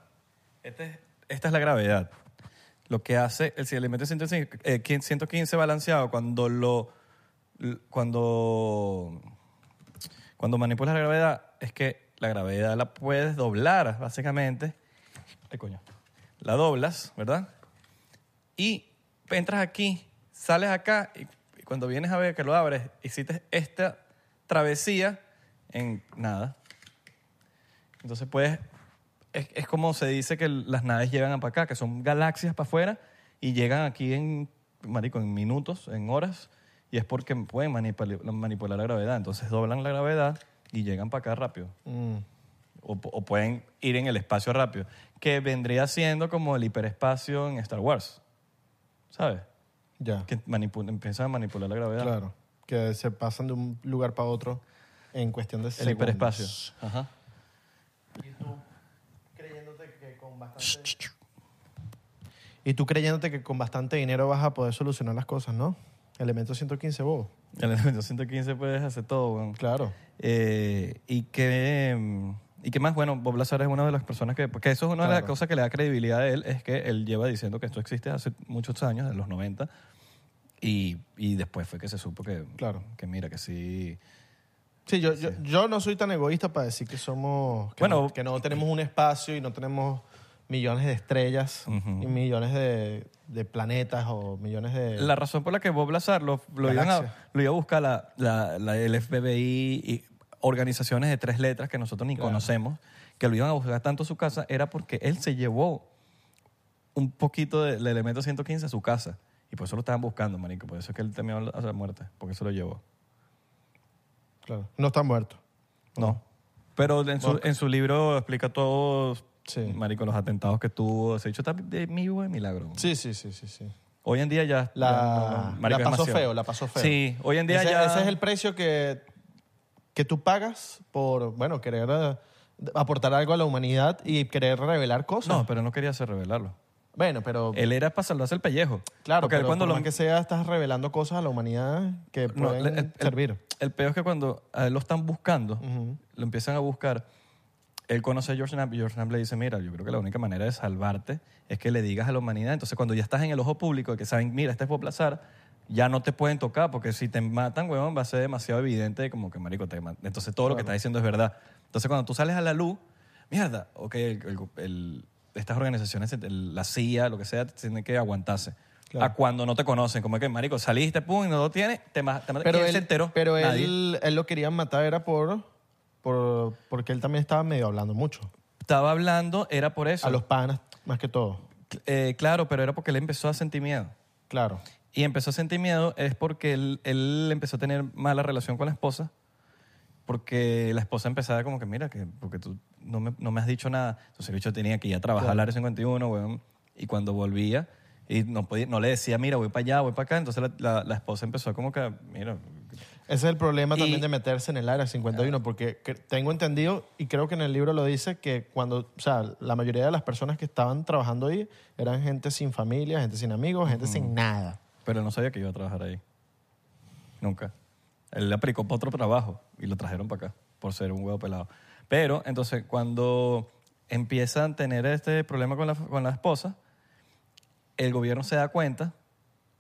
S3: Este es- esta es la gravedad. Lo que hace el, si el elemento 115, eh, 115 balanceado cuando lo. l- Cuando. Cuando manipulas la gravedad, es que la gravedad la puedes doblar, básicamente. Ay, coño. La doblas, ¿verdad? y entras aquí, sales acá y, y cuando vienes a ver que lo abres, hiciste esta travesía en nada. Entonces puedes, es, es como se dice que las naves llegan para acá, que son galaxias para afuera y llegan aquí en, marico, en minutos, en horas, y es porque pueden manipul- manipular la gravedad. Entonces doblan la gravedad y llegan para acá rápido
S2: Mm.
S3: o, o pueden ir en el espacio rápido, que vendría siendo como el hiperespacio en Star Wars, ¿sabes?
S2: Ya.
S3: Que manipu- empiezan a manipular la gravedad.
S2: Claro. Que se pasan de un lugar para otro en cuestión de
S3: El hiperespacio. Ajá.
S2: Y tú creyéndote que con bastante dinero vas a poder solucionar las cosas, ¿no? Elemento 115, bobo.
S3: En el 215 puedes hacer pues, todo, weón.
S2: Claro.
S3: Eh, y que mm, y que más bueno Bob Lazar es una de las personas que porque eso es una de las
S2: Claro.
S3: cosas que le da credibilidad a él es que él lleva diciendo que esto existe hace muchos años en los 90 y, y después fue que se supo que
S2: Claro.
S3: que mira que sí
S2: Sí, yo, Yo, yo no soy tan egoísta para decir que somos. Que
S3: Bueno.
S2: no, que no tenemos un espacio y no tenemos millones de estrellas y millones de, de planetas o millones de.
S3: La razón por la que Bob Lazar lo, lo iban a,
S2: Galaxia.
S3: lo iba a buscar la, la, la- el FBI y organizaciones de tres letras que nosotros ni conocemos, que lo iban a buscar tanto a su casa, era porque él se llevó un poquito de- del elemento 115 a su casa Y por eso lo estaban buscando, marico. Por eso es que él temió a la muerte, porque eso lo llevó.
S2: Claro. No está muerto.
S3: No. Pero en su, en su libro explica todos,
S2: Sí.
S3: marico, los atentados que tuvo. Se ha dicho, está de mi de milagro.
S2: Sí, sí, sí, sí, sí.
S3: Hoy en día ya... ya no,
S2: La,
S3: no, marico,
S2: la
S3: es
S2: pasó
S3: demasiado.
S2: feo, la pasó feo.
S3: Sí, hoy en día
S2: ese,
S3: ya...
S2: Ese es el precio que, que tú pagas por, bueno, querer eh, aportar algo a la humanidad y querer revelar cosas.
S3: No, pero no quería hacer revelarlo.
S2: Bueno, pero...
S3: Él era para salvarse el pellejo.
S2: Claro,
S3: Porque él
S2: pero
S3: cuando
S2: por
S3: lo... em
S2: más que sea, estás revelando cosas a la humanidad que
S3: No,
S2: pueden
S3: le- el- el-
S2: servir.
S3: El peor es que cuando a él lo están buscando, lo empiezan a buscar, él conoce a George Knapp y George Knapp le dice, mira, yo creo que la única manera de salvarte es que le digas a la humanidad. Entonces, cuando ya estás en el ojo público, que saben, mira, este es Bob Lazar, ya no te pueden tocar porque si te matan, huevón, va a ser demasiado evidente como que, marico, te matan. Entonces, todo lo que estás diciendo es verdad. Entonces, cuando tú sales a la luz, mierda, ok, el- el- el- estas organizaciones, el- la CIA, lo que sea, tienen que aguantarse. A cuando no te conocen, como que, marico, saliste, pum, y no lo tienes, te, ma- te matan.
S2: Pero,
S3: ¿Quién
S2: él,
S3: se enteró?
S2: pero
S3: Nadie.
S2: él, él lo querían matar era por, por... Porque él también estaba medio hablando mucho.
S3: estaba hablando, era por eso.
S2: A los panas, más que todo.
S3: Eh, claro, pero era porque él empezó a sentir miedo.
S2: Claro.
S3: Y empezó a sentir miedo es porque él, él empezó a tener mala relación con la esposa, porque la esposa empezaba como que, mira, que porque tú no me, no me has dicho nada. Entonces el bicho tenía que ir a trabajar al área 51, weón, y cuando volvía, y no, podía, no le decía, mira, voy para allá, voy para acá. Entonces la, la- la esposa empezó como que, mira,
S2: Ese es el problema también
S3: Y- Ah.
S2: de meterse en el área 51, porque cre- tengo entendido, y creo que en el libro lo dice, que cuando, o sea, la mayoría de las personas que estaban trabajando ahí eran gente sin familia, gente sin amigos, gente sin nada.
S3: pero él no sabía que iba a trabajar ahí. Nunca. Él le aplicó para otro trabajo y lo trajeron para acá por ser un huevo pelado. Pero entonces cuando empiezan a tener este problema con la, con la esposa, el gobierno se da cuenta,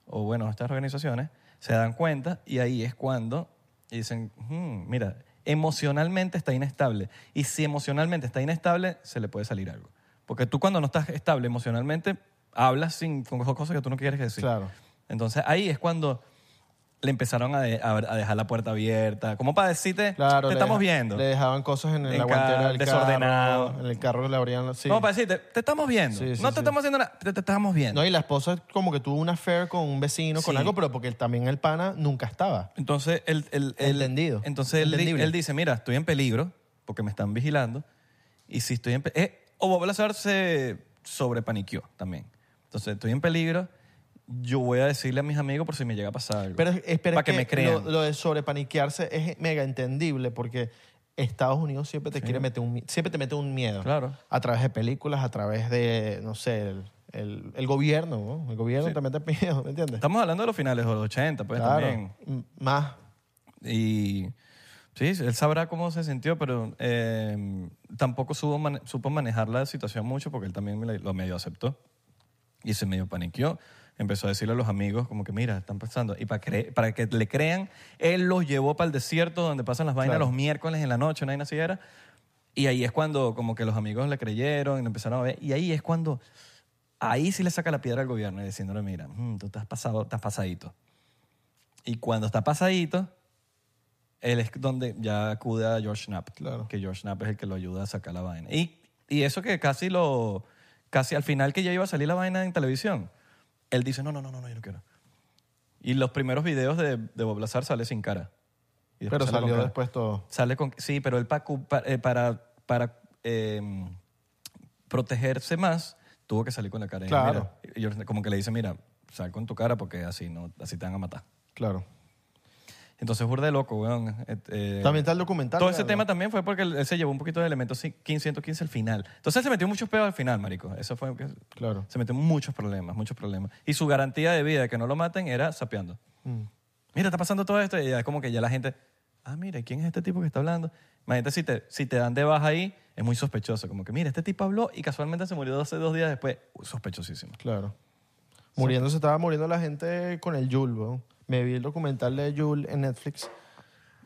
S3: o bueno, estas organizaciones se dan cuenta y ahí es cuando dicen, "Hmm, mira, emocionalmente está inestable. Y si emocionalmente está inestable, se le puede salir algo. Porque tú cuando no estás estable emocionalmente, hablas sin con cosas que tú no quieres decir.
S2: Claro.
S3: Entonces ahí es cuando le empezaron a, de- a- a dejar la puerta abierta, como para decirte,
S2: Claro,
S3: te
S2: le
S3: estamos
S2: deja-
S3: viendo.
S2: Le dejaban cosas en,
S3: En
S2: la guantera
S3: ca-
S2: del
S3: desordenado.
S2: carro. En el carro le abrían... la- Sí.
S3: Como para decirte, te estamos viendo.
S2: Sí, sí,
S3: no te
S2: sí.
S3: estamos haciendo nada, te, te estamos viendo.
S2: No, y la esposa como que tuvo una affair con un vecino, con
S3: Sí.
S2: algo, pero porque él- también el pana nunca estaba.
S3: Entonces él, él- él-
S2: Entendido.
S3: Entonces él, di-
S2: Entendible.
S3: él dice, mira, estoy en peligro porque me están vigilando y si estoy en pe- eh, o Bob Lazar se sobrepaniqueó también. Entonces estoy en peligro, yo voy a decirle a mis amigos por si me llega a pasar algo.
S2: Pero, es- es- pero
S3: para
S2: es
S3: que, me crean.
S2: Lo, lo de sobrepaniquearse es mega entendible porque Estados Unidos siempre te quiere meter un mi- siempre te mete un miedo.
S3: Claro.
S2: A través de películas, a través de, no sé, el, el- el gobierno, ¿no? El gobierno también te mete miedo, ¿me entiendes?
S3: Estamos hablando de los finales de los 80, pues también.
S2: M- Más.
S3: Y sí, él sabrá cómo se sintió, pero eh, tampoco supo, mane- supo manejar la situación mucho porque él también me la- lo medio aceptó y se medio paniqueó. Empezó a decirle a los amigos como que, mira, están pasando. Y para, cre- para que le crean, él los llevó para el desierto donde pasan las vainas
S2: Claro.
S3: los miércoles en la noche, una vaina así era. Y ahí es cuando como que los amigos le creyeron y lo empezaron a ver. Y ahí es cuando, ahí sí le saca la piedra al gobierno y diciéndole, mira, mm, tú estás, pasado, estás pasadito. Y cuando está pasadito, él es donde ya acude a George Knapp.
S2: Claro.
S3: Que George Knapp es el que lo ayuda a sacar la vaina. Y, y eso que casi lo. Casi al final que ya iba a salir la vaina en televisión, él dice: No, no, no, no, no, yo no quiero. Y los primeros videos de, de Bob Lazar sale sin cara. Y después
S2: Pero
S3: sale con
S2: salió
S3: cara.
S2: después todo.
S3: Sale con. Sí, pero él pa cu- pa- eh, para, para eh, protegerse más tuvo que salir con la cara. Y
S2: Claro.
S3: mira, y George- como que le dice: Mira, sal con tu cara porque así, no, así te van a matar.
S2: Claro.
S3: Entonces, burde loco, weón. Eh, eh,
S2: También está el documental.
S3: todo ese
S2: ¿verdad?
S3: tema también fue porque él él se llevó un poquito de elementos 515 al final. Entonces se metió muchos pedos al final, marico. Eso fue que
S2: Claro.
S3: se metió muchos problemas, muchos problemas. Y su garantía de vida de que no lo maten era sapeando.
S2: Mm.
S3: Mira, está pasando todo esto y ya es como que ya la gente, ah, mira, ¿quién es este tipo que está hablando? Imagínate si te, si te dan de baja ahí, es muy sospechoso. Como que, mira, este tipo habló y casualmente se murió hace dos días después. Uy, sospechosísimo.
S2: Claro. Muriéndose, estaba muriendo la gente con el Yul, weón. Me vi el documental de Yul en Netflix.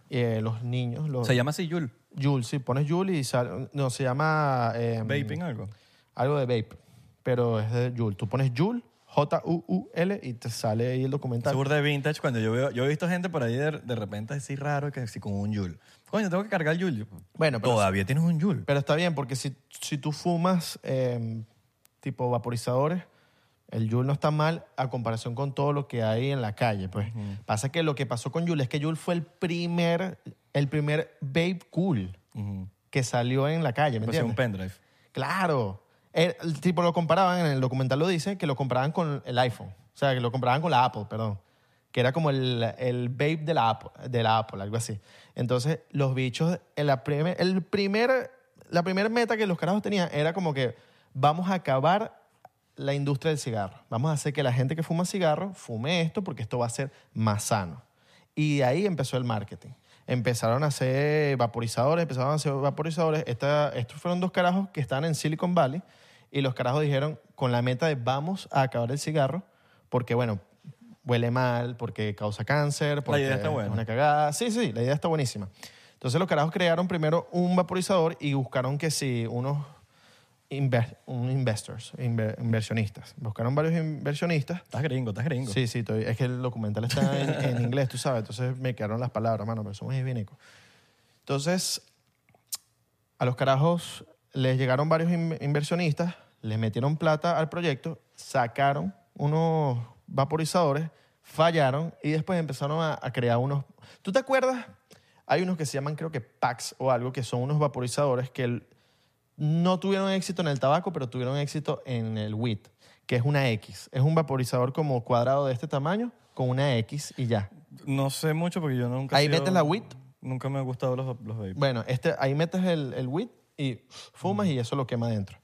S2: Eh, los niños, los,
S3: Se llama así Yul.
S2: Jules, sí, pones Jules y sale. No, se llama. eh,
S3: Vaping algo.
S2: Algo de vape, pero es de Jules. Tú pones Jules, J-U-U-L, y te sale ahí el documental.
S3: Seguro de vintage cuando yo veo, yo he visto gente por ahí de, de repente así raro que si con un Yul. Coño, tengo que cargar el Yul.
S2: Bueno, pero-
S3: todavía tienes un Yul.
S2: Pero está bien, porque si, si tú fumas eh, tipo em, vaporizadores, El Yule no está mal a comparación con todo lo que hay en la calle, pues. Pasa que lo que pasó con Yule es que Yule fue el primer, el primer babe cool
S3: Ujú.
S2: que salió en la calle, ¿me
S3: Pasé un
S2: entiendes?
S3: pendrive.
S2: Claro. El, el tipo lo comparaban, en el documental lo dice, que lo comparaban con el iPhone. O sea, que lo comparaban con la Apple, perdón. Que era como el, el babe de la, Apple, de la Apple, algo así. Entonces, los bichos, en la, primer, el primer, la primera meta que los carajos tenían era como que vamos a acabar la industria del cigarro. Vamos a hacer que la gente que fuma cigarro fume esto porque esto va a ser más sano. Y de ahí empezó el marketing. Empezaron a hacer vaporizadores, empezaron a hacer vaporizadores. Esta- estos fueron dos carajos que estaban en Silicon Valley y los carajos dijeron con la meta de vamos a acabar el cigarro porque, bueno, huele mal, porque causa cáncer, porque
S3: idea está
S2: es
S3: buena.
S2: una cagada. Sí, sí, la idea está buenísima. Entonces los carajos crearon primero un vaporizador y buscaron que si unos inver- un investors, inver- inversionistas. Buscaron varios inversionistas
S3: Estás gringo, estás gringo.
S2: Sí, sí, estoy- es que el documental está en, en inglés, tú sabes, entonces me quedaron las palabras, mano, pero somos hispánicos. Entonces, a los carajos les llegaron varios in- inversionistas, les metieron plata al proyecto, sacaron unos vaporizadores, fallaron y después empezaron a, a crear unos... ¿Tú te acuerdas? Hay unos que se llaman creo que packs o algo, que son unos vaporizadores que el- no tuvieron éxito en el tabaco, pero tuvieron éxito en el WIT, que es una X. Es un vaporizador como cuadrado de este tamaño con una X y ya.
S3: No sé mucho porque yo nunca. he
S2: Ahí
S3: sido-
S2: metes la wheat.
S3: Nunca me han gustado los, los vape.
S2: Bueno, este, ahí metes el, el weed y fumas y eso lo quema adentro.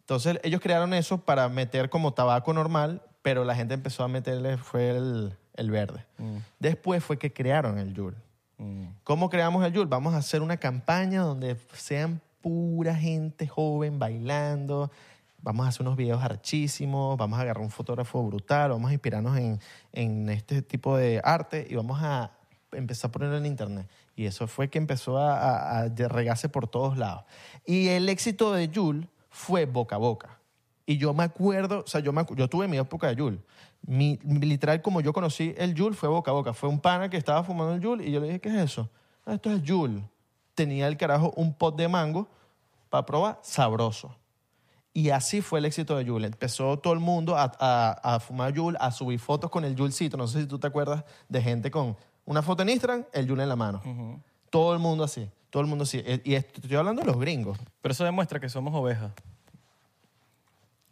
S2: Entonces ellos crearon eso para meter como tabaco normal, pero la gente empezó a meterle fue el, el verde. Después fue que crearon el Yule.
S3: Mm.
S2: ¿Cómo creamos el Yule? Vamos a hacer una campaña donde sean pura gente joven bailando. Vamos a hacer unos videos archísimos, vamos a agarrar un fotógrafo brutal, vamos a inspirarnos en, en este tipo de arte y vamos a empezar a ponerlo en internet. Y eso fue que empezó a, a- a de- regarse por todos lados. Y el éxito de Yule fue boca a boca. Y yo me acuerdo, o sea, yo, me, acu- yo tuve mi época de Yul. Mi, mi- literal, como yo conocí el Yul, fue boca a boca. Fue un pana que estaba fumando el Yul y yo le dije, ¿qué es eso? "Ah, esto es Yul. Tenía el carajo un pot de mango para probar, sabroso. Y así fue el éxito de Yul. Empezó todo el mundo a, a- a fumar Yul, a subir fotos con el Yulcito. No sé si tú te acuerdas de gente con una foto en Instagram, el Yul en la mano. Todo el mundo así. Todo el mundo así. E- Y esto- estoy hablando de los gringos.
S3: Pero eso demuestra que somos ovejas.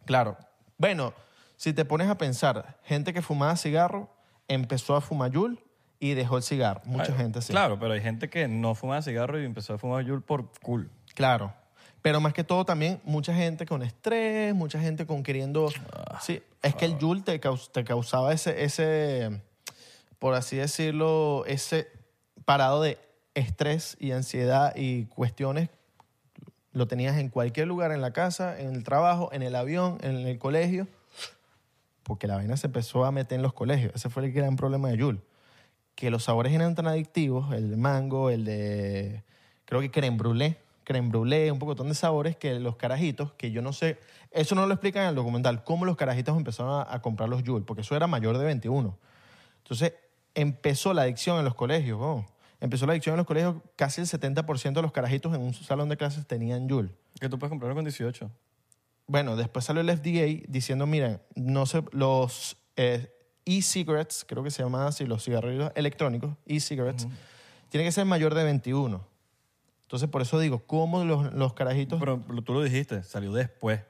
S2: Claro. Bueno, si te pones a pensar, gente que fumaba cigarro empezó a fumar Yul y dejó el cigarro. Mucha
S3: Ay,
S2: gente así.
S3: Claro, pero hay gente que no fumaba cigarro y empezó a fumar Yul por cool.
S2: Claro. Pero más que todo también mucha gente con estrés, mucha gente con queriendo... sí, es que el Yul te, caus- te causaba ese, ese, por así decirlo, ese parado de estrés y ansiedad y cuestiones. Lo tenías en cualquier lugar, en la casa, en el trabajo, en el avión, en el colegio. Porque la vaina se empezó a meter en los colegios. Ese fue el gran problema de Yul. Que los sabores eran tan adictivos, el de mango, el de, creo que creme brûlée, creme brûlée, un pocotón de sabores que los carajitos, que yo no sé, eso no lo explican en el documental, cómo los carajitos empezaron a, a comprar los Yul, porque eso era mayor de 21. Entonces empezó la adicción en los colegios. weón. Empezó la adicción en los colegios. Casi el 70% de los carajitos en un salón de clases tenían Yul.
S3: Que tú puedes comprarlo con 18.
S2: Bueno, después salió el FDA diciendo, miren, no se, los eh, e-cigarettes, creo que se llama así, los cigarrillos electrónicos, e-cigarettes, tienen que ser mayor de 21. Entonces, por eso digo, ¿cómo los, los carajitos? Pero,
S3: Pero tú lo dijiste, salió después.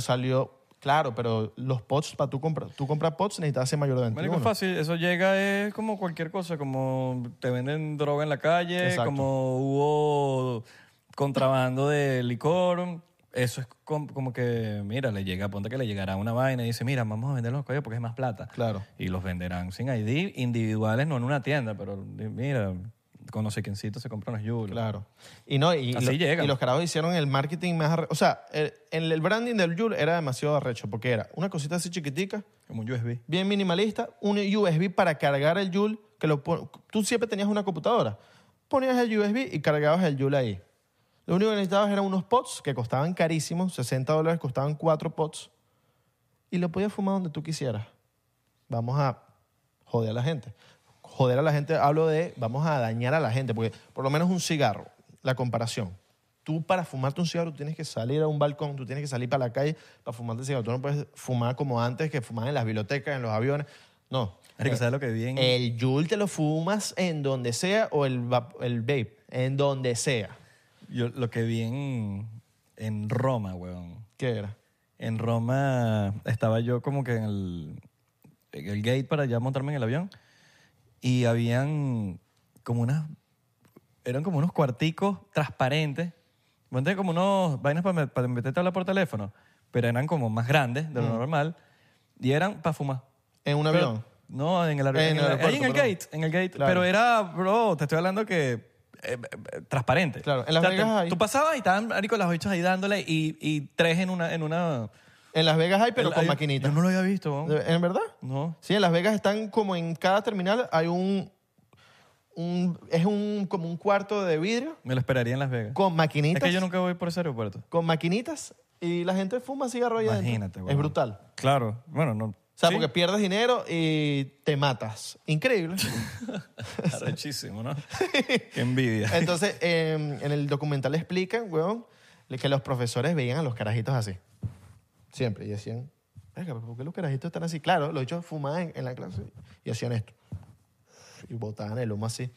S2: salió, claro, pero los pots, para tú comprar, tú comprar pots necesitas ser mayor de 21.
S3: Marico, es fácil. Eso llega es como cualquier cosa. Como te venden droga en la calle,
S2: Exacto.
S3: como hubo contrabando de licor. Eso es com- como que, mira, le llega, ponte que le llegará una vaina y dice, mira, vamos a venderlos a calle porque es más plata.
S2: Claro.
S3: Y los venderán sin ID, individuales, no en una tienda, pero mira, con no sé quiéncito se compran los yulos.
S2: Claro. Y no, y,
S3: Así
S2: lo-
S3: llegan.
S2: y los carajos hicieron el marketing más arre- O sea, el, el- el branding del Yule era demasiado arrecho porque era una cosita así chiquitica,
S3: Como un USB.
S2: bien minimalista, un USB para cargar el Yule, que lo pon- tú siempre tenías una computadora. Ponías el USB y cargabas el Yule ahí. Lo único que necesitabas eran unos pots que costaban carísimos, 60 dólares costaban cuatro pots, y lo podías fumar donde tú quisieras. Vamos a joder a la gente. Joder a la gente, hablo de, vamos a dañar a la gente, porque por lo menos un cigarro, la comparación. tú para fumarte un cigarro tú tienes que salir a un balcón, tú tienes que salir para la calle para fumarte un cigarro. Tú no puedes fumar como antes, que fumaban en las bibliotecas, en los aviones. No.
S3: Marico, ¿sabes lo que vi en-
S2: Eh, El Yul te lo fumas en donde sea o el, vap- el vape, en donde sea.
S3: Yo lo que vi en, en Roma, weón.
S2: ¿Qué era?
S3: En Roma estaba yo como que en el, en el gate para ya montarme en el avión y habían como unas, eran como unos cuarticos transparentes, monté como unos vainas para, me- para meterte a hablar por teléfono, pero eran como más grandes de lo normal y eran para fumar.
S2: Mm. En un
S3: Pero-
S2: avión.
S3: no, en el aer-
S2: En
S3: en
S2: el
S3: el- ahí
S2: aeropuerto,
S3: en el
S2: perdón.
S3: gate. En el gate.
S2: Claro.
S3: Pero era, bro, te estoy hablando que. eh, eh, transparente.
S2: Claro, en Las
S3: te-
S2: Vegas hay.
S3: Tú pasabas y estaban marico, las bichas ahí dándole y, y tres en una. En una
S2: En Las Vegas hay, pero
S3: el-
S2: con
S3: hay-
S2: maquinitas.
S3: Yo no lo había visto. weón.
S2: ¿En verdad?
S3: No.
S2: Sí, en Las Vegas están como en cada terminal hay un, un es un como un cuarto de vidrio
S3: Me lo esperaría en Las Vegas.
S2: con
S3: Es
S2: maquinitas,
S3: que yo nunca voy por ese aeropuerto.
S2: con maquinitas y la gente fuma cigarro ahí adentro.
S3: Imagínate, weón.
S2: Es brutal.
S3: Claro. Bueno, no.
S2: O sea,
S3: sí,
S2: porque pierdes dinero y te matas. Increíble.
S3: arrechísimo, ¿no? Qué envidia.
S2: Entonces, em, en el documental explican, weón, que los profesores veían a los carajitos así. Siempre. Y decían, "Verga, ¿por qué los carajitos están así? Claro, los hechos fumaban en, en la clase y hacían esto. Y botaban el humo así.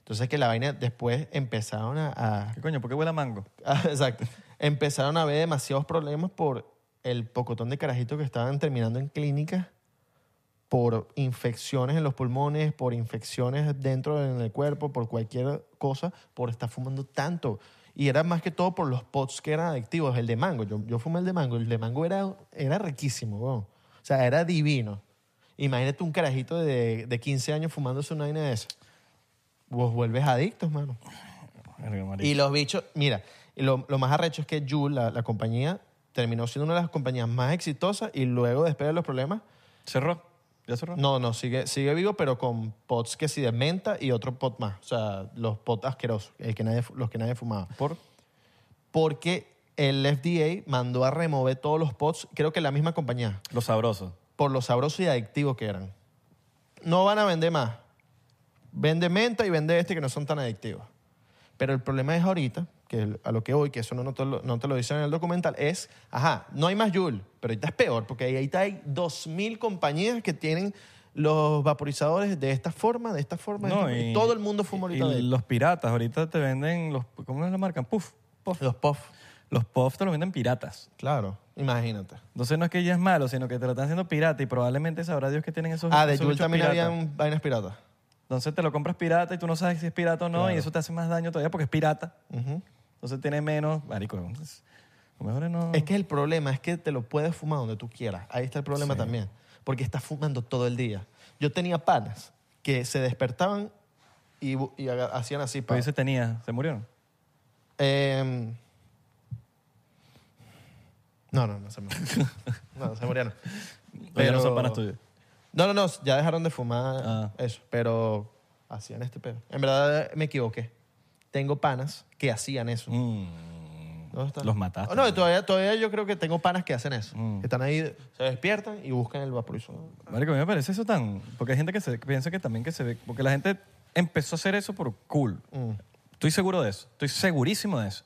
S2: Entonces, que la vaina después empezaron a- a
S3: ¿Qué coño? ¿Por qué huele a mango?
S2: Ah, Exacto. Empezaron a haber demasiados problemas por el pocotón de carajitos que estaban terminando en clínicas por infecciones en los pulmones, por infecciones dentro en el cuerpo, por cualquier cosa, por estar fumando tanto. Y era más que todo por los pots que eran adictivos. El de mango, yo, yo fumé el de mango. El de mango era, era riquísimo, weón. O sea, era divino. Imagínate un carajito de, de 15 años fumándose una vaina de esa. Vos vuelves adictos, mano.
S3: Verga, marico.
S2: Y los bichos, mira, y lo, lo más arrecho es que Juul, la, la compañía, terminó siendo una de las compañías más exitosas y luego, después de los problemas,
S3: ¿Cerró? ¿Ya cerró?
S2: no, no, sigue, sigue vivo, pero con pots que sí de menta y otro pot más. O sea, los pots asquerosos, el que nadie, fu- los que nadie fumaba.
S3: ¿Por?
S2: Porque el FDA mandó a remover todos los pots, creo que la misma compañía,
S3: Lo sabroso.
S2: por lo sabrosos y adictivos que eran. No van a vender más. Vende menta y vende este que no son tan adictivos. Pero el problema es ahorita, que el- a lo que hoy, que eso no, no te lo, no te lo dicen en el documental, es, ajá, no hay más Yule, pero ahorita es peor, porque ahí- ahorita hay 2.000 compañías que tienen los vaporizadores de esta forma, de esta forma, de esta
S3: No,
S2: forma, y, todo el mundo fuma ahorita
S3: y
S2: de él.
S3: los piratas ahorita te venden los ¿cómo es la marca? Puff, puff.
S2: Los puff.
S3: Los puffs te los venden piratas.
S2: Claro, imagínate.
S3: Entonces no es que ya es malo, sino que te lo están haciendo pirata y probablemente sabrá Dios que tienen esos
S2: Ah, de
S3: esos
S2: Yule
S3: bichos
S2: también
S3: piratas.
S2: habían vainas piratas.
S3: Entonces te lo compras pirata y tú no sabes si es pirata o no y eso te hace más daño todavía porque es pirata. Entonces tiene menos, marico, entonces, lo mejor es no
S2: Es que el problema es que te lo puedes fumar donde tú quieras. Ahí está el problema también. Porque estás fumando todo el día. Yo tenía panas que se despertaban y, bu- y haga- hacían así. pa-
S3: Pero se tenía, se murieron.
S2: Em, no, no, no se murieron. no, se murieron.
S3: Pero no son panas tuyos.
S2: No, no, no, ya dejaron de fumar
S3: Ah.
S2: eso, pero hacían este pedo. En verdad me equivoqué. Tengo panas que hacían eso.
S3: Mm.
S2: ¿Dónde está?
S3: Los mataste. Mm.
S2: Oh, no, todavía, todavía yo creo que tengo panas que hacen eso. Que están ahí, se despiertan y buscan el vaporizador.
S3: Marico, a mí me parece eso tan... Porque hay gente que, se, que piensa que también que se ve... Porque la gente empezó a hacer eso por cool.
S2: Mm.
S3: Estoy seguro de eso. Estoy segurísimo de eso.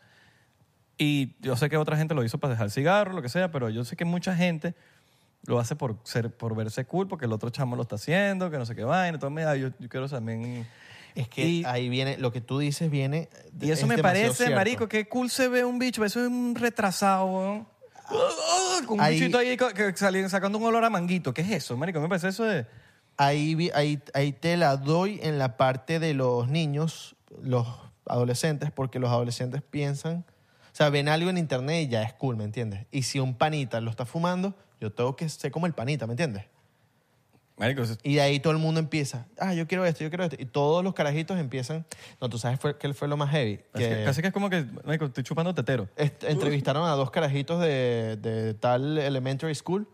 S3: Y yo sé que otra gente lo hizo para dejar el cigarro, lo que sea, pero yo sé que mucha gente lo hace por, ser, por verse cool, porque el otro chamo lo está haciendo, que no sé qué vaina. Entonces, mira, yo, yo quiero también...
S2: Es que
S3: Y-
S2: ahí viene, lo que tú dices viene.
S3: Y eso
S2: es
S3: me
S2: demasiado
S3: parece,
S2: cierto.
S3: marico, que cool se ve un bicho. Eso es un retrasado, weón. Con un
S2: Ahí-
S3: bichito ahí co- que salía- sacando un olor a manguito. ¿Qué es eso, marico? Me parece eso de...
S2: Ahí, vi- ahí, ahí te la doy en la parte de los niños, los adolescentes, porque los adolescentes piensan. O sea, ven algo en internet y ya es cool, ¿me entiendes? Y si un panita lo está fumando, yo tengo que ser como el panita, ¿me entiendes?
S3: Marico, eso-
S2: Y de ahí todo el mundo empieza, ah, yo quiero esto, yo quiero esto. Y todos los carajitos empiezan, no, tú sabes fue, que fue lo más heavy.
S3: Casi
S2: que
S3: que, casi que es como que, marico, estoy chupando tetero.
S2: est- entrevistaron a dos carajitos de, de tal elementary school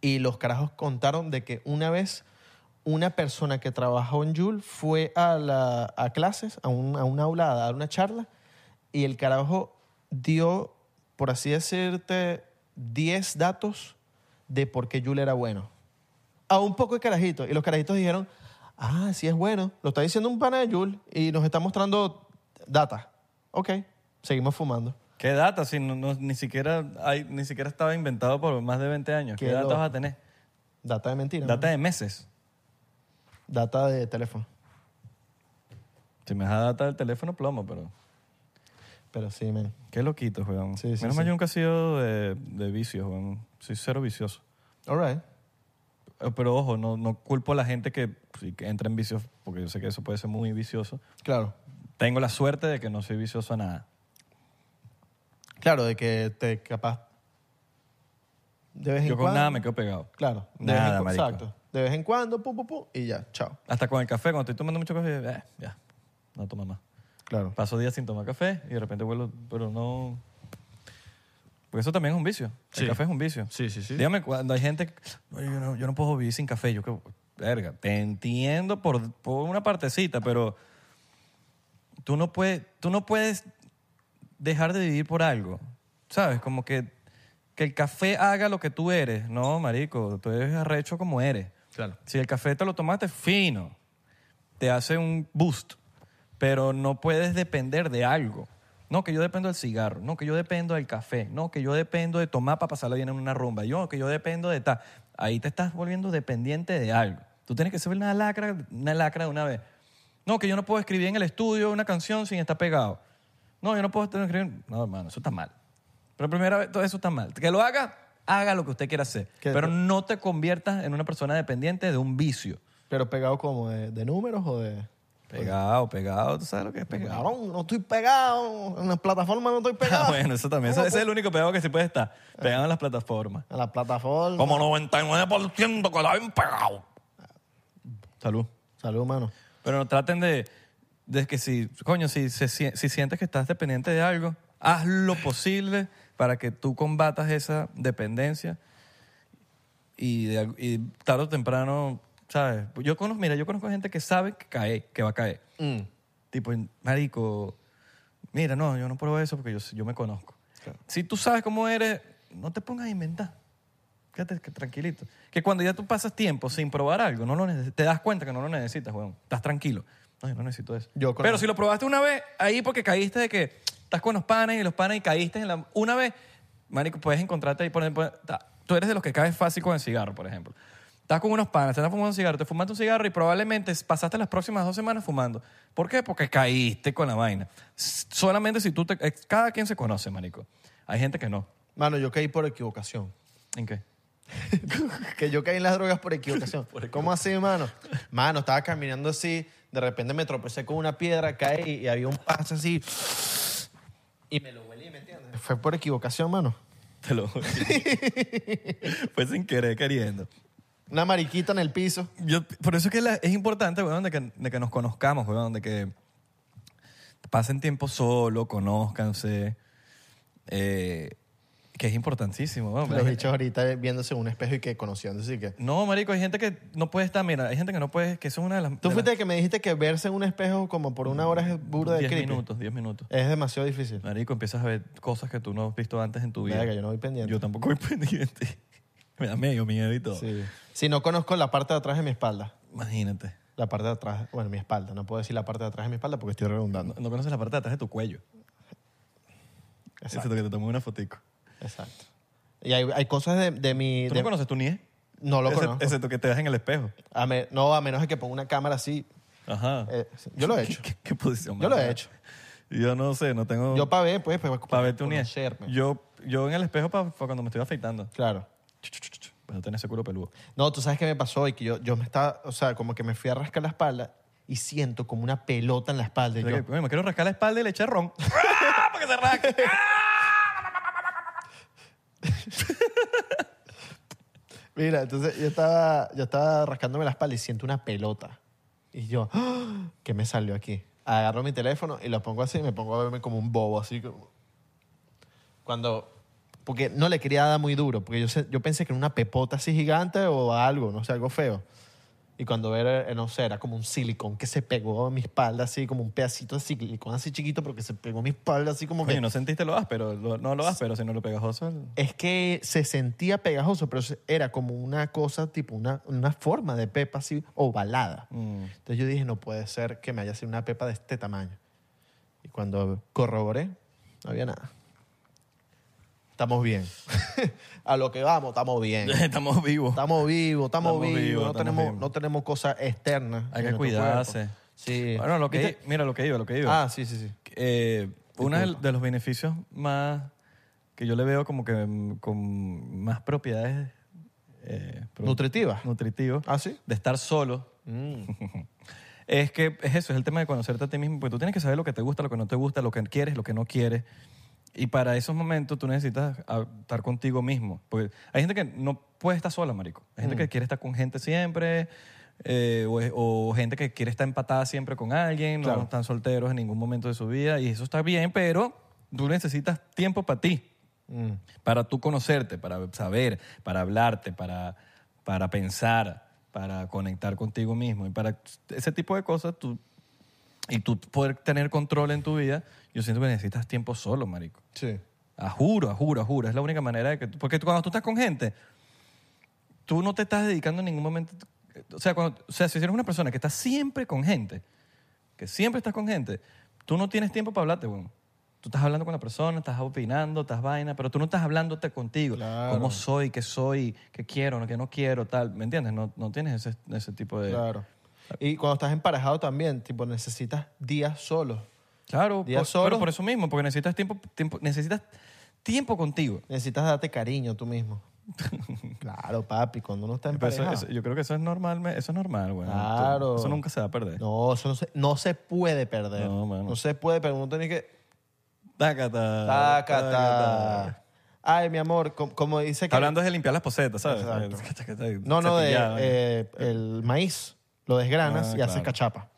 S2: y los carajos contaron de que una vez una persona que trabajó en Yule fue a, la, a clases, a, un, a una aula, a dar una charla y el carajo dio, por así decirte, 10 datos de por qué Yule era bueno a un poco de carajitos. Y los carajitos dijeron, ah, sí es bueno. Lo está diciendo un pana de Yul y nos está mostrando data. Ok, Seguimos fumando.
S3: ¿Qué data? Si no, no- ni, siquiera hay, ni siquiera estaba inventado por más de 20 años.
S2: Qué
S3: ¿Qué, data
S2: loco.
S3: vas a tener?
S2: Data de mentira. ¿no?
S3: Data de meses.
S2: Data de teléfono.
S3: Si me da data del teléfono, plomo, pero...
S2: Pero sí, men.
S3: Qué loquito, weón.
S2: Sí, sí,
S3: Menos mal
S2: sí.
S3: yo nunca he sido de, de vicios, weón. Soy cero vicioso.
S2: All right.
S3: Eh, Pero ojo, no, no culpo a la gente que, pues, sí, que entra en vicios, porque yo sé que eso puede ser muy vicioso.
S2: Claro.
S3: Tengo la suerte de que no soy vicioso a nada.
S2: Claro, de que te capaz. De vez en
S3: Yo con
S2: cuando.
S3: nada me quedo pegado.
S2: Claro. De vez en
S3: Nada,
S2: cu-
S3: marico.
S2: Exacto. De vez en cuando, pu, pu, pu, y ya, chao.
S3: Hasta con el café, cuando estoy tomando mucho café, eh, ya, no tomo más.
S2: Claro.
S3: Paso días sin tomar café y de repente vuelvo, pero no... Porque eso también es un vicio.
S2: Sí.
S3: El café es un vicio.
S2: Sí, sí, sí.
S3: Dígame, cuando hay gente, que, "No, yo no, yo no puedo vivir sin café, yo que, verga, te entiendo por, por una partecita, pero tú no, puedes, tú no puedes dejar de vivir por algo, ¿sabes? Como que, que el café haga lo que tú eres, no, marico, tú eres arrecho como eres.
S2: Claro.
S3: Si el café te lo tomaste, fino, te hace un boost, pero no puedes depender de algo. No, que yo dependo del cigarro, no, que yo dependo del café, no, que yo dependo de tomar para pasarla bien en una rumba, yo, que yo dependo de tal. Ahí te estás volviendo dependiente de algo. Tú tienes que ser una lacra, una lacra de una vez. No, que yo no puedo escribir en el estudio una canción sin estar pegado. No, yo no puedo estar escribiendo. No, hermano, eso está mal. Pero primero, todo eso está mal. Que lo haga, haga lo que usted quiera hacer.
S2: Que-
S3: Pero no te conviertas en una persona dependiente de un vicio.
S2: Pero pegado como de, de números o de.
S3: Pegado, pegado, ¿tú sabes lo que es pegado?
S2: Cabrón, no estoy pegado. En las plataformas no estoy pegado.
S3: Ah, bueno, eso también. Ese, ese es el único pegado que se puede estar. Pegado en las plataformas.
S2: En las plataformas.
S3: Como 99% que la ven pegado. Salud.
S2: Salud, mano.
S3: Pero no traten de, de que si, coño, si, se sie- si sientes que estás dependiente de algo, haz lo posible para que tú combatas esa dependencia y, de al- y tarde o temprano, ¿sabes? Yo conozco, mira, yo conozco gente que sabe que cae, que va a caer. Tipo, marico, mira, no, yo no pruebo eso porque yo, yo me conozco. Si tú sabes cómo eres, no te pongas a inventar. Quédate que- tranquilito. Que cuando ya tú pasas tiempo sin probar algo, no lo neces- te das cuenta que no lo necesitas, weón. Estás tranquilo. No, yo no necesito eso.
S2: Yo con-
S3: Pero si lo probaste una vez, ahí porque caíste de que estás con los panes y los panes y caíste en la... Una vez, marico, puedes encontrarte ahí, por ejemplo, ta- tú eres de los que caes fácil con el cigarro, por ejemplo. Estás con unos panes, te estás fumando un cigarro, te fumaste un cigarro y probablemente pasaste las próximas dos semanas fumando. ¿Por qué? Porque caíste con la vaina. S- Solamente si tú te... eh, Cada quien se conoce, marico. Hay gente que no.
S2: Mano, yo caí por equivocación.
S3: ¿En qué?
S2: que yo caí en las drogas por equivocación. ¿Cómo así, mano? Mano, estaba caminando así, de repente me tropecé con una piedra, caí y había un paso así. Y me lo huelí, ¿me entiendes? Fue por equivocación, mano.
S3: Te lo juro. Fue sin querer, queriendo.
S2: Una mariquita en el piso.
S3: Yo, por eso es que la- es importante, weón, de que, de que nos conozcamos, weón, de que pasen tiempo solo, conózcanse. eh, que es importantísimo, weón.
S2: Los
S3: Hay-
S2: bichos ahorita viéndose en un espejo y que conociendo, así que...
S3: No, marico, hay gente que no puede estar, mira, hay gente que no puede, que eso es una de las...
S2: Tú
S3: de
S2: fuiste
S3: las-
S2: el que me dijiste que verse en un espejo como por una hora es burda de
S3: 10
S2: creepy.
S3: minutos, 10 minutos.
S2: Es demasiado difícil.
S3: Marico, empiezas a ver cosas que tú no has visto antes en tu vida.
S2: Verga, yo no voy pendiente.
S3: Yo tampoco voy pendiente. Me da medio miedo y todo.
S2: Sí. Si no conozco la parte de atrás de mi espalda.
S3: Imagínate.
S2: La parte de atrás, bueno, mi espalda. No puedo decir la parte de atrás de mi espalda porque estoy redundando.
S3: No, no conoces la parte de atrás de tu cuello.
S2: Exacto.
S3: Excepto que te tomé una fotico.
S2: Exacto. Y hay, hay cosas de, de mi...
S3: ¿Tú
S2: de-
S3: no conoces tu nie?
S2: No lo
S3: Exce-
S2: conozco.
S3: Excepto que te das en el espejo.
S2: A me- no, a menos de que ponga una cámara así.
S3: Ajá.
S2: Eh, yo lo he hecho.
S3: ¿Qué, qué posición?
S2: Yo lo he
S3: mala?
S2: hecho.
S3: Yo no sé, no tengo...
S2: Yo para ver, pues, pues
S3: para verte un nie.
S2: conocerme.
S3: Yo, yo en el espejo para cuando me estoy afeitando.
S2: Claro.
S3: Para Pues no tener ese culo peludo.
S2: No, tú sabes qué me pasó y que yo, yo me estaba, o sea, como que me fui a rascar la espalda y siento como una pelota en la espalda. Y
S3: Pero
S2: yo,
S3: que, coño, me quiero rascar la espalda y le eché ron. ¡Ah! Para que se rasque.
S2: Mira, entonces yo estaba, yo estaba rascándome la espalda y siento una pelota. Y yo, ¡Ah! ¿qué me salió aquí? Agarro mi teléfono y lo pongo así y me pongo a verme como un bobo, así como... Cuando... Porque no le quería dar muy duro, porque yo, se- yo pensé que era una pepota así gigante o algo, no sé, algo feo. Y cuando era, eh, no sé, era como un silicón que se pegó a mi espalda así, como un pedacito de silicón así chiquito, pero que se pegó a mi espalda así como que...
S3: Coño, no sentiste lo áspero. Lo- no lo áspero, sino lo pegajoso. el-
S2: Es que se sentía pegajoso, pero se- era como una cosa, tipo una, una forma de pepa así ovalada.
S3: Mm.
S2: Entonces yo dije, no puede ser que me haya sido una pepa de este tamaño. Y cuando corroboré, No había nada. Estamos bien. a lo que vamos, estamos bien.
S3: Estamos vivos.
S2: Estamos vivos, estamos,
S3: Estamos
S2: vivos.
S3: vivos,
S2: no,
S3: estamos
S2: tenemos,
S3: vivos.
S2: no tenemos cosas externas.
S3: Hay
S2: en
S3: que
S2: nuestro
S3: cuidarse.
S2: cuerpo. Sí.
S3: Bueno, lo que
S2: ¿Viste?
S3: mira lo que iba, lo que iba.
S2: Ah, sí, sí, sí.
S3: Eh, uno de, de los beneficios más que yo le veo como que mm, con más propiedades eh, pro-
S2: Nutritivas.
S3: nutritivas
S2: Ah, sí. Mm,
S3: de estar solo es que es eso, es el tema de conocerte a ti mismo, porque tú tienes que saber lo que te gusta, lo que no te gusta, lo que quieres, lo que no quieres. Y para esos momentos tú necesitas ah, estar contigo mismo. Porque hay gente que no puede estar sola, marico. Hay gente que quiere estar con gente siempre, eh, o, es- o gente que quiere estar empatada siempre con alguien,
S2: Claro.
S3: no están solteros en ningún momento de su vida, y eso está bien, pero tú necesitas tiempo para ti,
S2: Mm.
S3: para tú conocerte, para saber, para hablarte, para, para pensar, para conectar contigo mismo. Y para ese tipo de cosas, tú, y tú poder tener control en tu vida, yo siento que necesitas tiempo solo, marico.
S2: Sí.
S3: A juro, a juro, a juro. Es la única manera de que... tú- porque tú- cuando tú estás con gente, tú no te estás dedicando en ningún momento... O sea, cuando, o sea, si eres una persona que está siempre con gente, que siempre estás con gente, tú no tienes tiempo para hablarte, weón. Tú estás hablando con la persona, estás opinando, estás vaina, pero tú no estás hablándote contigo.
S2: Claro.
S3: ¿Cómo soy? ¿Qué soy? ¿Qué quiero? ¿Qué no quiero? Tal. ¿Me entiendes? No, no tienes ese, ese tipo de...
S2: Claro. Y cuando estás emparejado también, tipo, necesitas días solos.
S3: Claro,
S2: Días
S3: por-
S2: solos.
S3: pero por eso mismo, porque necesitas tiempo, tiempo, necesitas tiempo contigo.
S2: Necesitas darte cariño tú mismo. claro, papi, cuando uno está
S3: Pero eso-
S2: emparejado.
S3: eso- yo creo que eso es normal, me- eso es normal, güey.
S2: Claro.
S3: Eso nunca se va a perder.
S2: No, eso no se, no se puede perder.
S3: No, mano.
S2: No se puede perder. Uno tiene que...
S3: Tácata.
S2: Tácata. Ay, mi amor, com- como, dice que...
S3: Hablando es de limpiar las posetas, ¿sabes?
S2: Exacto.
S3: Tácata,
S2: No, no, de,
S3: cepillado, ¿eh?
S2: eh, el maíz. Lo desgranas
S3: Ah,
S2: y
S3: claro.
S2: haces cachapa.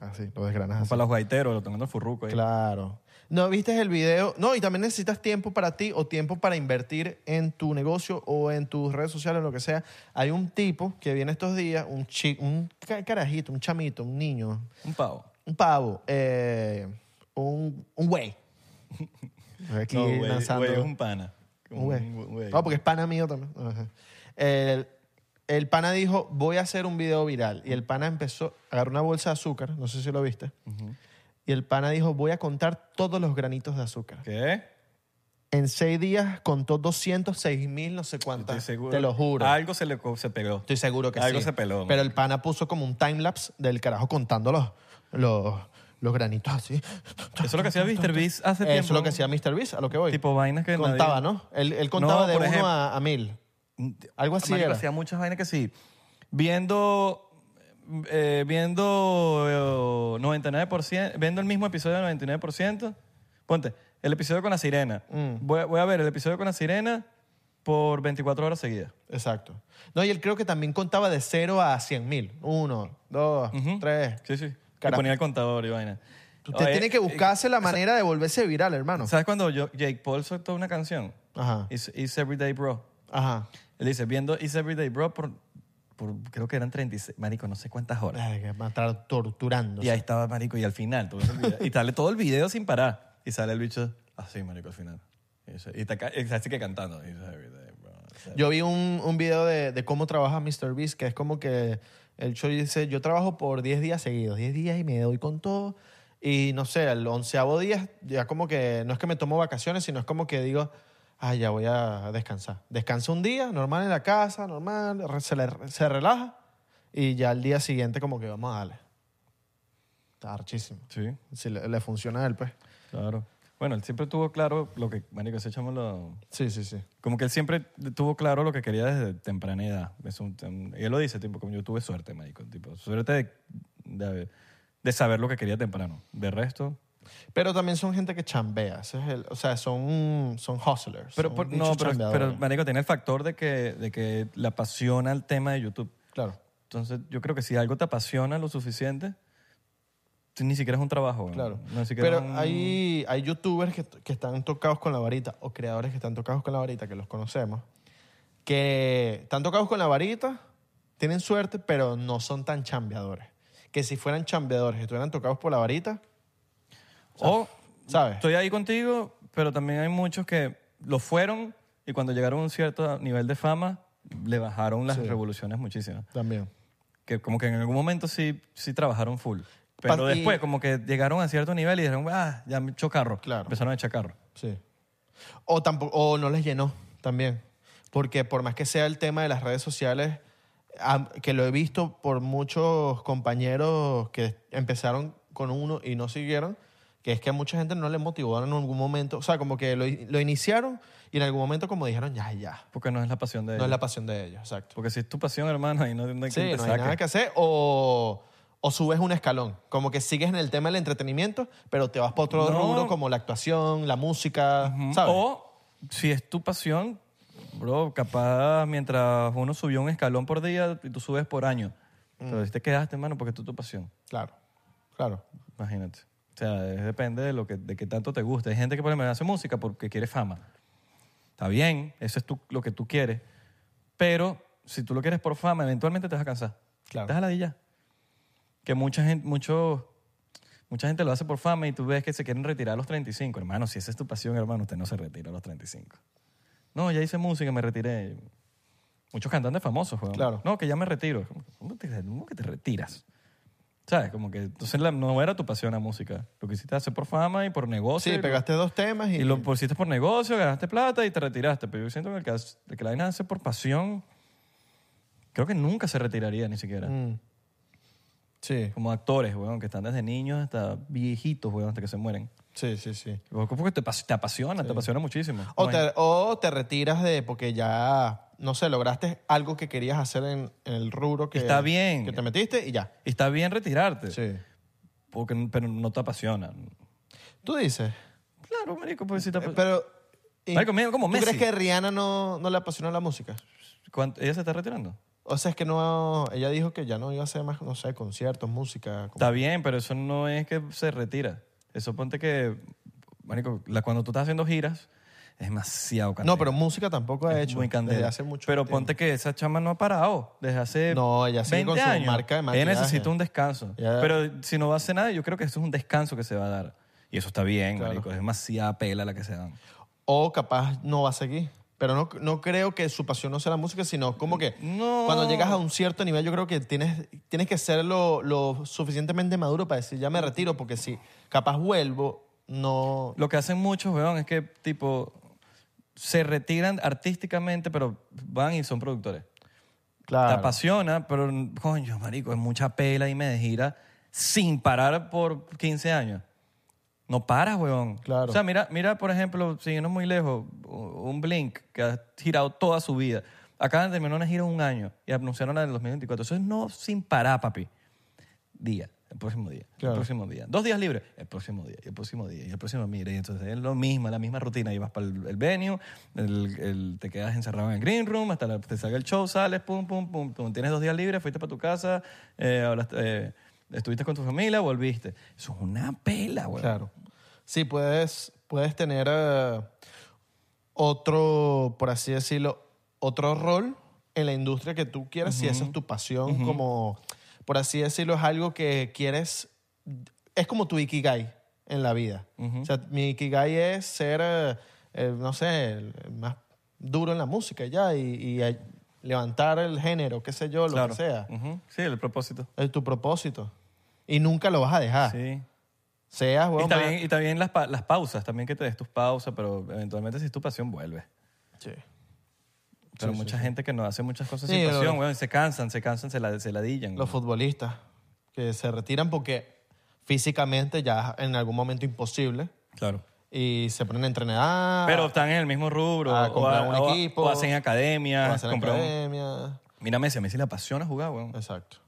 S2: Así, lo desgranas así.
S3: Para los gaiteros, lo tomando el furruco ahí.
S2: Claro. No, ¿viste el video? No, y también necesitas tiempo para ti o tiempo para invertir en tu negocio o en tus redes sociales, lo que sea. Hay un tipo que viene estos días, un chi- un ca- carajito, un chamito, un niño,
S3: Un pavo.
S2: un pavo, eh, un, un güey. Aquí
S3: No, güey,
S2: lanzando-
S3: güey, es un pana.
S2: un güey.
S3: un güey.
S2: No, porque es pana mío también. Ajá. El, el pana dijo, voy a hacer un video viral. Y el pana empezó, agarró una bolsa de azúcar, no sé si lo viste. Y el pana dijo, voy a contar todos los granitos de azúcar.
S3: ¿Qué?
S2: En seis días contó 206 mil, no sé
S3: Estoy
S2: cuántas.
S3: seguro.
S2: Te lo juro.
S3: Algo se le co- se pegó.
S2: Estoy seguro que
S3: Algo
S2: sí.
S3: se peló.
S2: Pero el pana puso como un timelapse del carajo contando los, los, los granitos así.
S3: Eso es lo que hacía Mr. Beast hace
S2: Eso
S3: tiempo.
S2: es lo que hacía Mr. Beast, a lo que voy.
S3: Tipo vainas que nadie-
S2: Contaba, ¿no? Él, él contaba
S3: No,
S2: de
S3: por
S2: uno
S3: ejemplo-
S2: a, a mil. Algo así
S3: Marico,
S2: era.
S3: hacía muchas vainas que sí. Viendo. eh, viendo. eh, 99%. Viendo el mismo episodio del 99%. Ponte, el episodio con la sirena.
S2: Mm.
S3: Voy, a- voy a ver el episodio con la sirena por 24 horas seguidas.
S2: Exacto. No, y él creo que también contaba de cero a cien mil. Uno, dos, tres.
S3: ¿Mm? Sí, sí.
S2: Carajo.
S3: Y ponía el contador y vaina.
S2: Usted
S3: Oye,
S2: tiene que
S3: eh,
S2: buscarse la manera de volverse viral, hermano.
S3: ¿Sabes cuando yo- Jake Paul soltó una canción?
S2: Ajá.
S3: It's, It's Everyday Bro.
S2: Ajá.
S3: Él dice, viendo It's Everyday Bro por, por creo que eran 36, marico, no sé cuántas horas.
S2: Ay, que va a estar torturando.
S3: Y ahí estaba marico y al final todo ese video- y sale todo el video sin parar y sale el bicho así marico al final y, dice- y está ca- y así que cantando Y dice, "Everyday, bro". O sea,
S2: Yo vi un, un video de, de cómo trabaja Mr. Beast, que es como que el show dice, yo trabajo por 10 días seguidos, 10 días y me doy con todo. Y no sé, al onceavo día ya como que no es que me tomo vacaciones, sino es como que digo, ah, ya voy a descansar. Descansa un día, normal en la casa, normal, re- se, le- se relaja y ya al día siguiente como que vamos a darle. Está archísimo.
S3: sí
S2: Si le, le funciona a él, pues.
S3: claro bueno él siempre tuvo claro lo que marico ese chamo lo
S2: Sí, sí, sí.
S3: como que él siempre tuvo claro lo que quería desde temprana edad Es un- un- y él lo dice tipo como yo tuve suerte marico tipo suerte de, de, de saber lo que quería temprano de resto
S2: Pero también son gente que chambea. ese es el- o sea, son, son hustlers.
S3: pero
S2: son
S3: por-
S2: bichos
S3: no pero,
S2: chambeadores.
S3: pero marico tiene el factor de que de que le apasiona el tema de YouTube
S2: Claro,
S3: Entonces, yo creo que si algo te apasiona lo suficiente, tú ni siquiera es un trabajo. ¿no?
S2: claro.
S3: No, ni siquiera
S2: Pero
S3: es un-
S2: hay, hay youtubers que, que están tocados con la varita o creadores que están tocados con la varita, que los conocemos, que están tocados con la varita, tienen suerte, pero no son tan chambeadores. Que si fueran chambeadores y estuvieran tocados por la varita,
S3: O,
S2: ¿sabes?
S3: estoy ahí contigo, pero también hay muchos que lo fueron y cuando llegaron a un cierto nivel de fama, le bajaron las revoluciones muchísimas.
S2: También.
S3: Que como que en algún momento sí, sí trabajaron full. Pero
S2: Pa- y-
S3: después como que llegaron a cierto nivel y dijeron, ah, ya me echó carro.
S2: Claro.
S3: Empezaron a echar carro.
S2: Sí. O, tampoco, o no les llenó también. Porque por más que sea el tema de las redes sociales, am- que lo he visto por muchos compañeros que empezaron con uno y no siguieron, que es que a mucha gente no le motivaron en algún momento. O sea, como que lo, i- lo iniciaron y en algún momento como dijeron, ya, ya.
S3: Porque no es la pasión de
S2: No es la
S3: ellos.
S2: pasión de ellos, exacto.
S3: Porque si es tu pasión, hermano, ahí no no hay
S2: Sí,
S3: quien te
S2: no hay nada
S3: saque.
S2: que hacer. O, o subes un escalón. Como que sigues en el tema del entretenimiento, pero te vas para otro
S3: No.
S2: rubro como la actuación, la música,
S3: Ujú.
S2: ¿sabes?
S3: O si es tu pasión, bro, capaz mientras uno subió un escalón por día y tú subes por año. Pero si te quedaste, hermano, porque tú tu pasión.
S2: Claro, claro.
S3: Imagínate. O sea, es- depende de, lo que, de qué tanto te guste. Hay gente que, por ejemplo, hace música porque quiere fama. Está bien, eso es tú- lo que tú quieres. Pero si tú lo quieres por fama, eventualmente te vas a cansar.
S2: Claro.
S3: Te vas a ladillar. Que mucha gente, mucho, mucha gente lo hace por fama y tú ves que se quieren retirar a los 35. Hermano, si esa es tu pasión, hermano, usted no se retira a los 35. No, ya hice música, me retiré. Muchos cantantes famosos, weón.
S2: Claro.
S3: No, que ya me retiro. ¿Cómo, te, cómo que te retiras? ¿Sabes? Como que entonces la- no era tu pasión la música. Lo que hiciste hacer por fama y por negocio.
S2: Sí,
S3: y lo-
S2: pegaste dos temas y, Mm.
S3: y lo pusiste por negocio, ganaste plata y te retiraste. Pero yo siento que el que, hace- el que la vaina hace por pasión, creo que nunca se retiraría ni siquiera.
S2: Mm. Sí,
S3: Como actores, weón, que están desde niños hasta viejitos, weón, hasta que se mueren.
S2: sí, sí, sí.
S3: Porque te, pas- te apasiona, te apasiona muchísimo.
S2: O,
S3: Bueno,
S2: te, o te retiras de porque ya, no sé, lograste algo que querías hacer en, en el rubro que,
S3: Está bien.
S2: que te metiste y ya.
S3: y Está bien retirarte,
S2: Sí.
S3: porque, n- pero no te apasiona.
S2: Tú dices,
S3: Claro, marico, pues si te
S2: eh,
S3: apa-
S2: pero... y-
S3: Marico, mira, como
S2: ¿Tú
S3: Messi.
S2: crees que Rihanna no, no le apasiona la música?
S3: ¿Cuánto- ¿Ella se está retirando?
S2: O sea, es que no... Ella dijo que ya no iba a hacer más, no sé, conciertos, música. como-
S3: Está bien, pero eso no es que se retira. Eso ponte que, marico, la, cuando tú estás haciendo giras, es demasiado candela.
S2: no, pero música tampoco ha
S3: Es
S2: hecho.
S3: muy candela.
S2: Desde hace mucho
S3: Pero
S2: tiempo.
S3: ponte que esa chama no ha parado desde hace
S2: No, ella sigue
S3: 20
S2: con su
S3: años.
S2: marca de
S3: Ella
S2: maquillaje.
S3: necesita un descanso.
S2: Ella-
S3: Pero si no va a hacer nada, yo creo que eso es un descanso que se va a dar. Y eso está bien,
S2: Claro.
S3: marico. Es demasiada pela la que se dan.
S2: o capaz no va a seguir. Pero no, no creo que su pasión no sea la música, sino como que
S3: No.
S2: cuando llegas a un cierto nivel, yo creo que tienes, tienes que ser lo, lo suficientemente maduro para decir, ya me retiro, porque si capaz vuelvo, no...
S3: Lo que hacen muchos, weón, es que, tipo, se retiran artísticamente, pero van y son productores. Te apasiona, pero coño, marico, es mucha pela y me de gira sin parar por 15 años. No paras, weón.
S2: Claro.
S3: O sea, mira, mira, por ejemplo, si no es muy lejos, un Blink que ha girado toda su vida. Acaban de terminar una gira un año y anunciaron la del 2024. Eso es no sin parar, papi. Día, el próximo día,
S2: Claro.
S3: el próximo día. Dos días libres, el próximo día, y el próximo día, y el próximo día. Y entonces es lo mismo, la misma rutina. Y vas para el, el venue, el- el- te quedas encerrado en el green room, hasta la- te salga el show, sales, pum, pum, pum, pum. Tienes dos días libres, fuiste para tu casa, eh, hablaste, eh, estuviste con tu familia, volviste. Eso es una pela, güey.
S2: Claro. Sí, puedes, puedes tener eh, otro, por así decirlo, otro rol en la industria que tú quieras si esa es tu pasión, como, por así decirlo, es algo que quieres, es como tu ikigai en la vida. O sea, mi ikigai es ser, eh, eh, no sé, el más duro en la música ya y, y, eh, levantar el género, qué sé yo, lo
S3: Claro.
S2: que sea.
S3: Ujú. Sí, el propósito.
S2: Es tu propósito. Y nunca lo vas a dejar.
S3: Sí.
S2: Seas,
S3: Y
S2: weón, más-
S3: también, y también las, pa- las pausas, también que te des tus pausas, pero eventualmente si es tu pasión, vuelve.
S2: Sí.
S3: Pero
S2: Sí, sí,
S3: mucha
S2: sí.
S3: gente que no hace muchas cosas
S2: Sí,
S3: sin
S2: lo-
S3: pasión, weón, se cansan, se cansan, se la, se ladillan.
S2: los
S3: weón.
S2: futbolistas que se retiran porque físicamente ya en algún momento imposible
S3: Claro.
S2: y se ponen a entrenar.
S3: Pero están en el mismo rubro.
S2: Ah,
S3: o
S2: compran
S3: a-
S2: un
S3: o a-
S2: equipo,
S3: O hacen academias.
S2: o hacen
S3: compran un-
S2: academia.
S3: Mira a Messi, a Messi le apasiona jugar, weón.
S2: Exacto.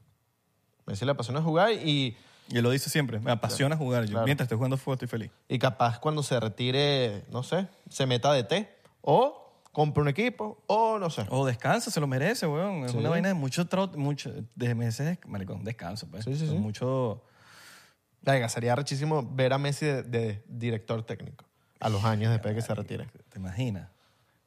S2: Messi le apasiona jugar y,
S3: Y él lo dice siempre, me apasiona jugar. Yo,
S2: Claro.
S3: Mientras estoy jugando fútbol estoy feliz.
S2: y capaz cuando se retire, no sé, se meta de té o compra un equipo o no sé.
S3: O descansa, se lo merece, weón. Es
S2: Sí.
S3: una vaina de mucho trot, mucho, de meses, maricón, descanso, pues.
S2: Sí, sí, sí.
S3: Mucho...
S2: Venga, sería rechísimo ver a Messi de, de director técnico a los años después de que se retire.
S3: ¿Te imaginas?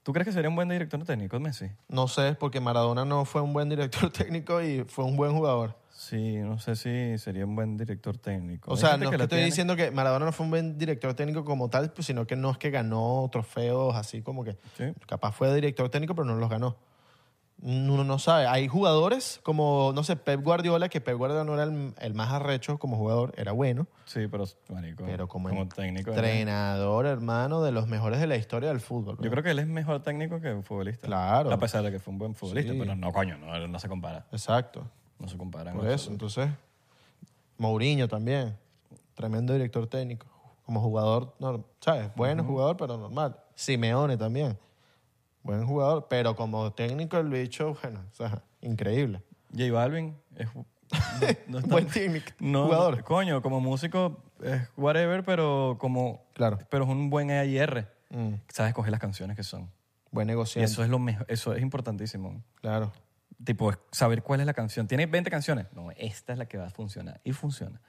S3: ¿Tú crees que sería un buen director técnico, Messi?
S2: No sé, porque Maradona no fue un buen director técnico y fue un buen jugador.
S3: Sí, no sé si sería un buen director técnico.
S2: O
S3: Hay
S2: sea,
S3: gente
S2: no es que
S3: la
S2: estoy
S3: tiene.
S2: diciendo que Maradona no fue un buen director técnico como tal, pues, sino que no es que ganó trofeos así como que
S3: Sí.
S2: capaz fue director técnico, pero no los ganó. uno no sabe. Hay jugadores como, no sé, Pep Guardiola, que Pep Guardiola no era el, el más arrecho como jugador, era bueno,
S3: Sí, pero, marico,
S2: pero como, en-
S3: técnico. ¿verdad?
S2: entrenador, hermano, de los mejores de la historia del fútbol.
S3: Yo creo que él es mejor técnico que futbolista.
S2: Claro.
S3: A pesar de que fue un buen futbolista,
S2: Sí.
S3: pero no, coño, no, no se compara.
S2: Exacto.
S3: No se compara. en
S2: Por eso,
S3: absoluto.
S2: entonces, Mourinho también, tremendo director técnico, como jugador, nor- ¿sabes? Buen jugador, pero normal. Simeone también, buen jugador, pero como técnico el bicho, bueno, o sea, increíble.
S3: J Balvin es... No, no está-
S2: Buen técnico,
S3: No,
S2: jugador.
S3: Coño, como músico es whatever, pero como...
S2: Claro.
S3: Pero es un buen AIR.
S2: Mm.
S3: Sabes coger las canciones que son.
S2: Buen
S3: Y
S2: negociante,
S3: eso es lo mejor. Eso es importantísimo.
S2: claro.
S3: Tipo, es saber cuál es la canción. Tiene 20 canciones. No, esta es la que va a funcionar. Y funciona.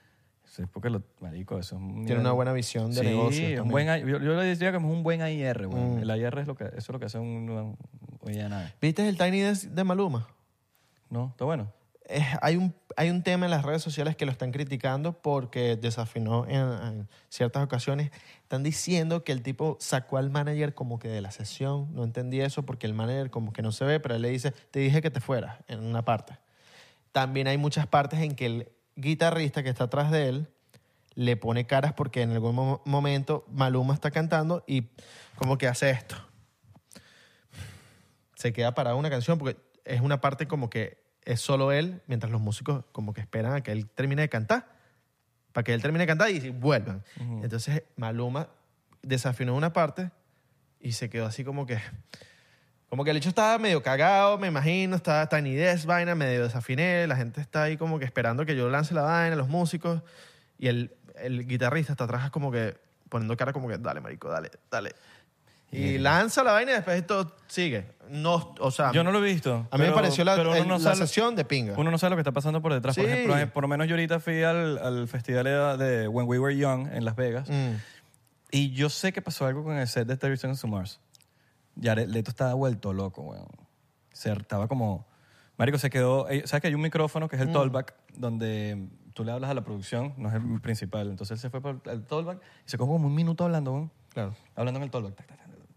S3: Eso es porque lo... Marico, eso es un
S2: Tiene
S3: nivel-
S2: una buena visión de
S3: sí,
S2: negocio.
S3: un
S2: también.
S3: buen, A- yo, yo le diría que es un buen AIR. weón.
S2: Mm.
S3: El AIR es lo que, eso es lo que hace un... un- Hoy día nada.
S2: ¿Viste el Tiny Desk de Maluma?
S3: No, está bueno.
S2: Es- eh, hay, un, hay un tema en las redes sociales que lo están criticando porque desafinó en, en ciertas ocasiones. Están diciendo que el tipo sacó al manager como que de la sesión. No entendí eso porque el manager como que no se ve, pero él le dice, te dije que te fueras en una parte. También hay muchas partes en que el guitarrista que está atrás de él le pone caras porque en algún mo- momento Maluma está cantando y como que hace esto se queda parada una canción porque es una parte como que es solo él, mientras los músicos como que esperan a que él termine de cantar, para que él termine de cantar y vuelvan. Entonces Maluma desafinó una parte y se quedó así como que... Como que el hecho estaba medio cagado, me imagino, estaba Tiny Desk, vaina, medio desafiné, la gente está ahí como que esperando que yo lance la vaina, los músicos, y el, el guitarrista está atrás como que poniendo cara como que, dale, marico, dale, dale. Y
S3: Eh.
S2: lanza la vaina y después esto sigue. No, o sea,
S3: Yo no lo he visto.
S2: a mí me pareció la,
S3: pero uno
S2: el-
S3: no
S2: la
S3: sabe-
S2: sesión de pinga.
S3: Uno no sabe lo que está pasando por detrás. Por
S2: Sí.
S3: ejemplo, eh, por lo menos yo ahorita fui al, al festival de- de When We Were Young en Las Vegas
S2: Mm.
S3: y yo sé que pasó algo con el set de Terry Stone Mars. Jared Leto estaba vuelto loco, weón. Se estaba como... Marico, se quedó... eh, ¿Sabes que hay un micrófono que es
S2: Mm.
S3: el tollback donde tú le hablas a la producción? No es el principal. Entonces él se fue por el tollback y se cogió como un minuto hablando, weón.
S2: Claro.
S3: Hablando en el tollback. tac, tac, tac, tac.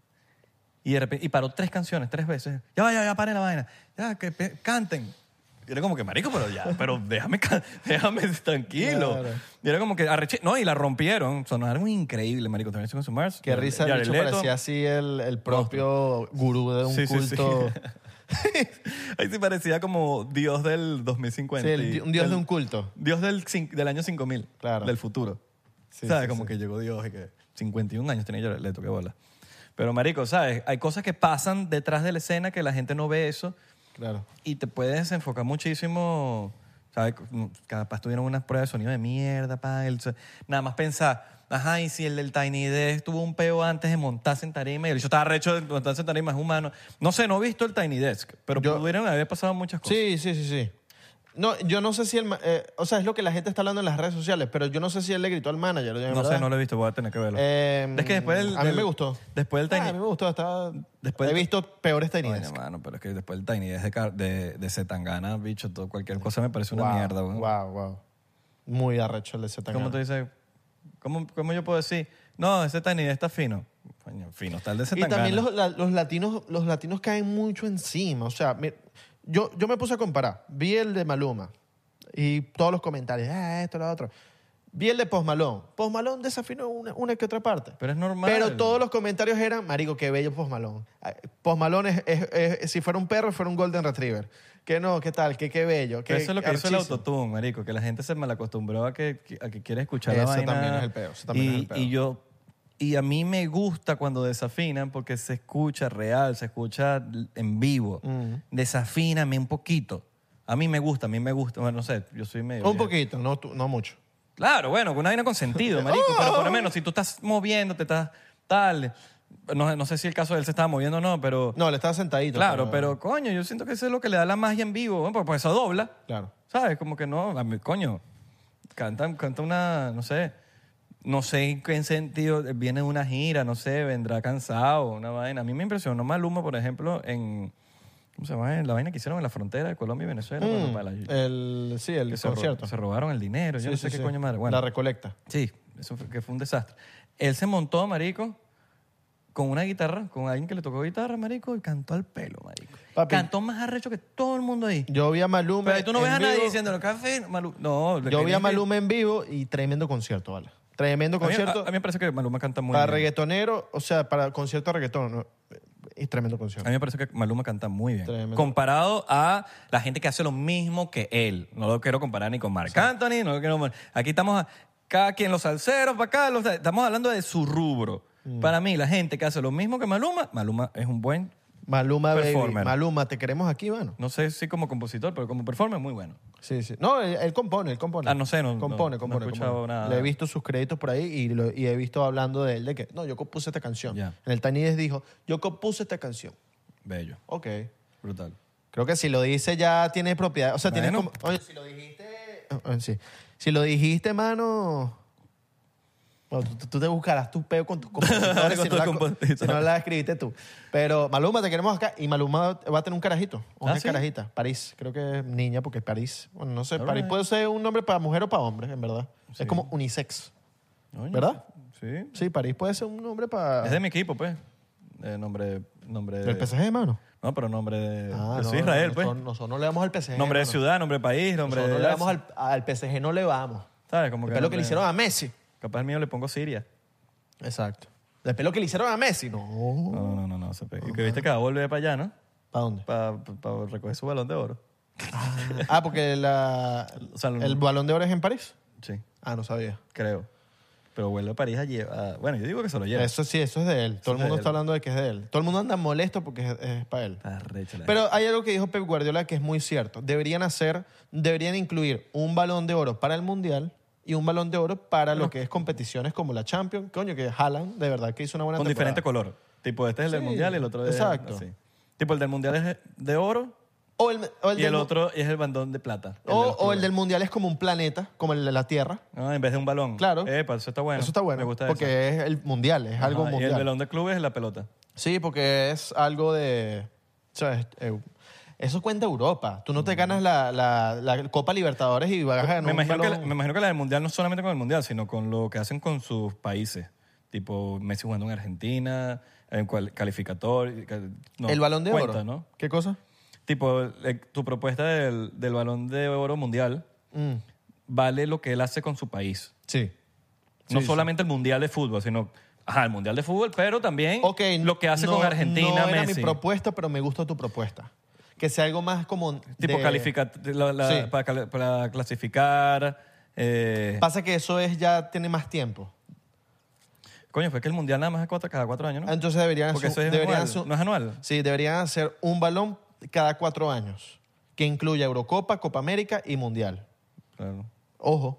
S3: Y de repente, y paró tres canciones, tres veces. Ya, va, ya, ya, paren la vaina. Ya, que pe- canten. Y era como que, marico, pero ya, pero déjame, ca- déjame tranquilo.
S2: Claro.
S3: Y era como que arreche... No, y la rompieron. Sonaron increíble, marico. También se con Mars.
S2: Qué risa, el
S3: Jared
S2: bicho
S3: Leto.
S2: parecía así el, el propio gurú de un
S3: Sí, sí, sí.
S2: culto.
S3: Ahí sí parecía como dios del 2050.
S2: Sí, el di- un dios de un culto.
S3: Dios del, cin- del año 5000.
S2: Claro.
S3: Del futuro.
S2: Sí,
S3: ¿Sabes?
S2: sí,
S3: como
S2: sí.
S3: que llegó Dios y que 51 años tenía yo, le toqué bola. Pero, marico, ¿sabes? Hay cosas que pasan detrás de la escena que la gente no ve eso
S2: Claro.
S3: y te puedes desenfocar muchísimo. ¿Sabes? Capaz tuvieron unas pruebas de sonido de mierda, pa, el- Nada más pensar, ajá, y si el del Tiny Desk tuvo un peo antes de montarse en tarima y el hecho estaba recho de montarse en tarima, es humano. No sé, no he visto el Tiny Desk, pero
S2: Yo-
S3: pudieron haber pasado muchas cosas.
S2: Sí, sí, sí, sí. No, yo no sé si el... ma- eh, o sea, es lo que la gente está hablando en las redes sociales, pero yo no sé si él le gritó al manager. de
S3: No
S2: verdad.
S3: sé, no lo he visto, voy a tener que verlo.
S2: Eh,
S3: es que después del,
S2: A mí
S3: del-
S2: me gustó.
S3: Después del
S2: Ah,
S3: Tiny
S2: a mí me gustó. Estaba,
S3: Después
S2: he
S3: del-
S2: visto peores Tiny
S3: Coño,
S2: Desk.
S3: mano, pero es que después el Tiny Desk de, Car- de, de Zetangana, bicho, todo, cualquier cosa me parece una
S2: Wow,
S3: mierda, weón.
S2: Wow, wow. Muy arrecho el de Zetangana.
S3: ¿Cómo tú dices? ¿Cómo, cómo yo puedo decir? No, ese Tiny Desk está fino. Coño, fino está el de
S2: Y
S3: Zetangana.
S2: también los, la- los latinos, los latinos caen mucho encima. O sea, mi- yo, yo me puse a comparar. Vi el de Maluma y todos los comentarios. Ah, esto, lo otro. Vi el de Post Malone. Post Malone desafinó una, una que otra parte.
S3: Pero es normal.
S2: Pero todos los comentarios eran, marico, qué bello Post Malone. Ay, Post Malone es, es- es- si fuera un perro, fuera un Golden Retriever. Que no, qué tal, que qué bello.
S3: Pero
S2: Que,
S3: eso es lo que hizo el
S2: archísimo.
S3: autotune, marico, que la gente se malacostumbró a que, a que quiere escuchar la
S2: Eso
S3: vaina.
S2: también es el peo, eso también
S3: y,
S2: es el peo.
S3: Y yo... Y a mí me gusta cuando desafinan porque se escucha real, se escucha en vivo. Desafíname un poquito. A mí me gusta, a mí me gusta. Bueno, no sé, yo soy medio...
S2: Un
S3: viejo.
S2: poquito, no, tu- no mucho.
S3: Claro, bueno, con una vaina con sentido, marico. Pero por lo menos, si tú estás moviéndote, estás tal. No, no sé si el caso de él se estaba moviendo o no, pero.
S2: No, le estaba sentadito.
S3: claro, pero coño, yo siento que eso es lo que le da la magia en vivo. Bueno, pues, pues eso dobla.
S2: Claro.
S3: ¿Sabes? Como que no, a mí, coño. Canta, canta una, no sé. No sé en qué sentido viene de una gira, no sé, vendrá cansado, una vaina. A mí me impresionó Maluma, por ejemplo, en. ¿Cómo se llama? En la vaina que hicieron en la frontera de Colombia y Venezuela. cuando- para la-
S2: Mm, El, sí, el
S3: que se, ro-
S2: concierto.
S3: se robaron el dinero, Pues yo
S2: Sí,
S3: no
S2: sí,
S3: sé qué
S2: sí.
S3: coño madre. Bueno,
S2: La recolecta.
S3: Sí, eso fue, que fue un desastre. Él se montó, marico, con una guitarra, con alguien que le tocó guitarra, marico, y cantó al pelo, marico.
S2: Papi.
S3: Cantó más arrecho que todo el mundo ahí.
S2: Yo vi a Maluma.
S3: Pero ahí tú no
S2: Pues, en
S3: ves a nadie
S2: vivo.
S3: diciéndolo, café, Maluma. No, le
S2: Yo vi
S3: quería
S2: a
S3: que-
S2: Maluma en vivo y tremendo concierto, ¿vale? Tremendo
S3: A mí, a,
S2: concierto.
S3: a mí me parece que Maluma canta muy
S2: para
S3: bien.
S2: reggaetonero, o sea, para concierto de reggaetón. ¿no? Y tremendo concierto.
S3: A mí me parece que Maluma canta muy bien.
S2: Tremendo.
S3: Comparado a la gente que hace lo mismo que él. No lo quiero comparar ni con Marc Anthony, no lo quiero comparar. Aquí estamos, a- cada quien, los salseros, para acá, los- estamos hablando de su rubro.
S2: Mm.
S3: Para mí, la gente que hace lo mismo que Maluma, Maluma es un buen,
S2: Maluma, baby.
S3: Performer.
S2: Maluma, te queremos aquí, mano.
S3: no sé si como compositor, pero como performer muy bueno.
S2: Sí, sí. No, él, él compone, él compone.
S3: Ah, no sé, no-
S2: Compone,
S3: no-
S2: compone.
S3: no he escuchado
S2: compone.
S3: nada.
S2: Le he visto sus créditos por ahí y, lo- y he visto hablando de él de que, no, yo compuse esta canción.
S3: Ya.
S2: En el Tiny Desk dijo, yo compuse esta canción.
S3: Bello,
S2: Ok.
S3: brutal.
S2: Creo que si lo dice ya tienes propiedad. O sea, tienes
S3: Bueno.
S2: como... Oye, si lo dijiste... eh, sí. Si lo dijiste, mano... bueno, tú, tú te buscarás tu peo con tus compositores
S3: Con
S2: si, no
S3: tus
S2: la,
S3: compositores.
S2: si no la escribiste tú. Pero Maluma, te queremos acá. Y Maluma va a tener un carajito. o Una
S3: ¿Ah, sí?
S2: carajita. París. Creo que es niña porque es París. Bueno, no sé.
S3: All
S2: París
S3: right.
S2: puede ser un nombre para mujer o para hombre, en verdad. Es como unisex.
S3: Coño,
S2: ¿Verdad? Ah.
S3: Sí.
S2: Sí, París puede ser un nombre para...
S3: Es de mi equipo, pues. Eh, nombre, nombre de-
S2: ¿El PSG, mano?
S3: No, pero nombre de...
S2: Ah,
S3: yo
S2: no,
S3: soy Israel,
S2: no,
S3: pues.
S2: Nosotros, nosotros no le damos al PSG.
S3: nombre de
S2: mano.
S3: ciudad, nombre de país, nombre
S2: Nosotros no
S3: de...
S2: le damos al, al PSG, no le vamos.
S3: ¿Sabes? Como
S2: Después lo que
S3: nombre-
S2: le hicieron a Messi.
S3: Capaz el mío le pongo Siria.
S2: Exacto. Después lo que le hicieron a Messi. No.
S3: No, no, no, no. se pega. Y que viste que va a volver para allá, ¿no?
S2: ¿Para dónde?
S3: Para recoger su balón de oro.
S2: Pues, Ah, porque la,
S3: O sea, lo-
S2: el balón de oro es en París.
S3: Sí,
S2: Ah, no sabía.
S3: creo. Pero vuelve a París a llevar... Bueno, yo digo que se lo lleva.
S2: Eso sí, eso es de él. Todo el
S3: es de
S2: mundo está
S3: él. Ah,
S2: hablando de que es de él. Todo el mundo anda molesto porque es, para él.
S3: Está recha la
S2: Pero hay algo que dijo Pep Guardiola que es muy cierto. Deberían hacer, deberían incluir un balón de oro para el Mundial y un balón de oro para lo que es competiciones como la Champions. Coño, que Haaland de verdad que hizo una buena
S3: con
S2: temporada.
S3: diferente color. Tipo, este es el del
S2: Sí,
S3: mundial y el otro es
S2: exacto.
S3: así. Tipo, el del mundial es de oro
S2: O el, o el
S3: y
S2: del
S3: el
S2: mu-
S3: otro es el bandón de plata. El
S2: o-
S3: de
S2: o
S3: los
S2: el
S3: clubes.
S2: del Mundial es como un planeta, como el de la Tierra.
S3: Ah, en vez de un balón.
S2: Claro.
S3: Epa, eso está bueno.
S2: Eso está bueno.
S3: Me gusta eso.
S2: porque es el mundial, es
S3: Ajá,
S2: algo
S3: Y el
S2: mundial.
S3: balón de clubes es la pelota.
S2: Sí, porque es algo de. ¿Sabes? Eh, eso cuenta Europa. Tú no te ganas la, la- la Copa Libertadores y vas a ganar
S3: Mm. Me
S2: un
S3: imagino, que la,
S2: balón.
S3: me imagino que la del mundial no solamente con el mundial, sino con lo que hacen con sus países. Tipo Messi jugando en Argentina, en cual- calificatorio. cal- no,
S2: el balón de
S3: cuenta,
S2: oro.
S3: ¿no?
S2: ¿Qué cosa?
S3: Tipo, eh, tu propuesta del, del balón de oro mundial
S2: Mm,
S3: vale lo que él hace con su país.
S2: sí.
S3: No solamente el mundial de fútbol, sino. Ajá, el mundial de fútbol, pero también
S2: Ok,
S3: lo que hace
S2: no-
S3: con Argentina,
S2: no era
S3: Messi.
S2: mi propuesta, pero me gusta tu propuesta. Que sea algo más como.
S3: tipo,
S2: de-
S3: califica, la- la-
S2: Sí.
S3: para, cal- para clasificar. eh,
S2: Pasa que eso es ya tiene más tiempo.
S3: Coño, fue que el mundial nada más es cuatro- cada cuatro años, ¿no?
S2: Entonces deberían
S3: Porque
S2: hacer-
S3: eso es
S2: deberían
S3: anual,
S2: hacer-
S3: no es anual.
S2: Sí, deberían hacer un balón cada cuatro años, que incluya Eurocopa, Copa América y Mundial.
S3: Claro.
S2: Ojo,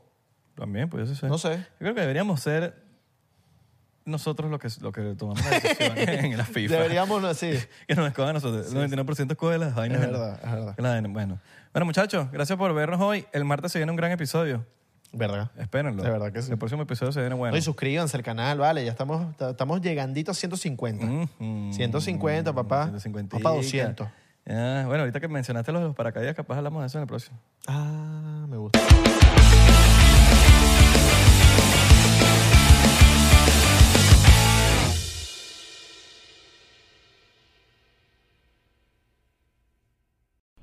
S3: También, pues eso sé.
S2: No sé.
S3: Yo creo que deberíamos ser nosotros los que, los que tomamos la decisión en la FIFA.
S2: deberíamos, no- sí,
S3: Que nos escojan nosotros. El 99% escoge las vainas.
S2: Es verdad, es verdad.
S3: Que las vainas- Bueno. bueno, muchachos, gracias por vernos hoy. El martes se viene un gran episodio.
S2: verdad.
S3: Espérenlo.
S2: De verdad que sí.
S3: El próximo episodio se viene bueno.
S2: No, y suscríbanse al canal, vale, ya estamos, ta- estamos llegandito a 150.
S3: Ujú.
S2: 150, papá.
S3: 150.
S2: Papá, 200.
S3: Ah, bueno, ahorita que mencionaste los de los paracaídas, capaz hablamos de eso en el próximo.
S2: Ah, me gusta.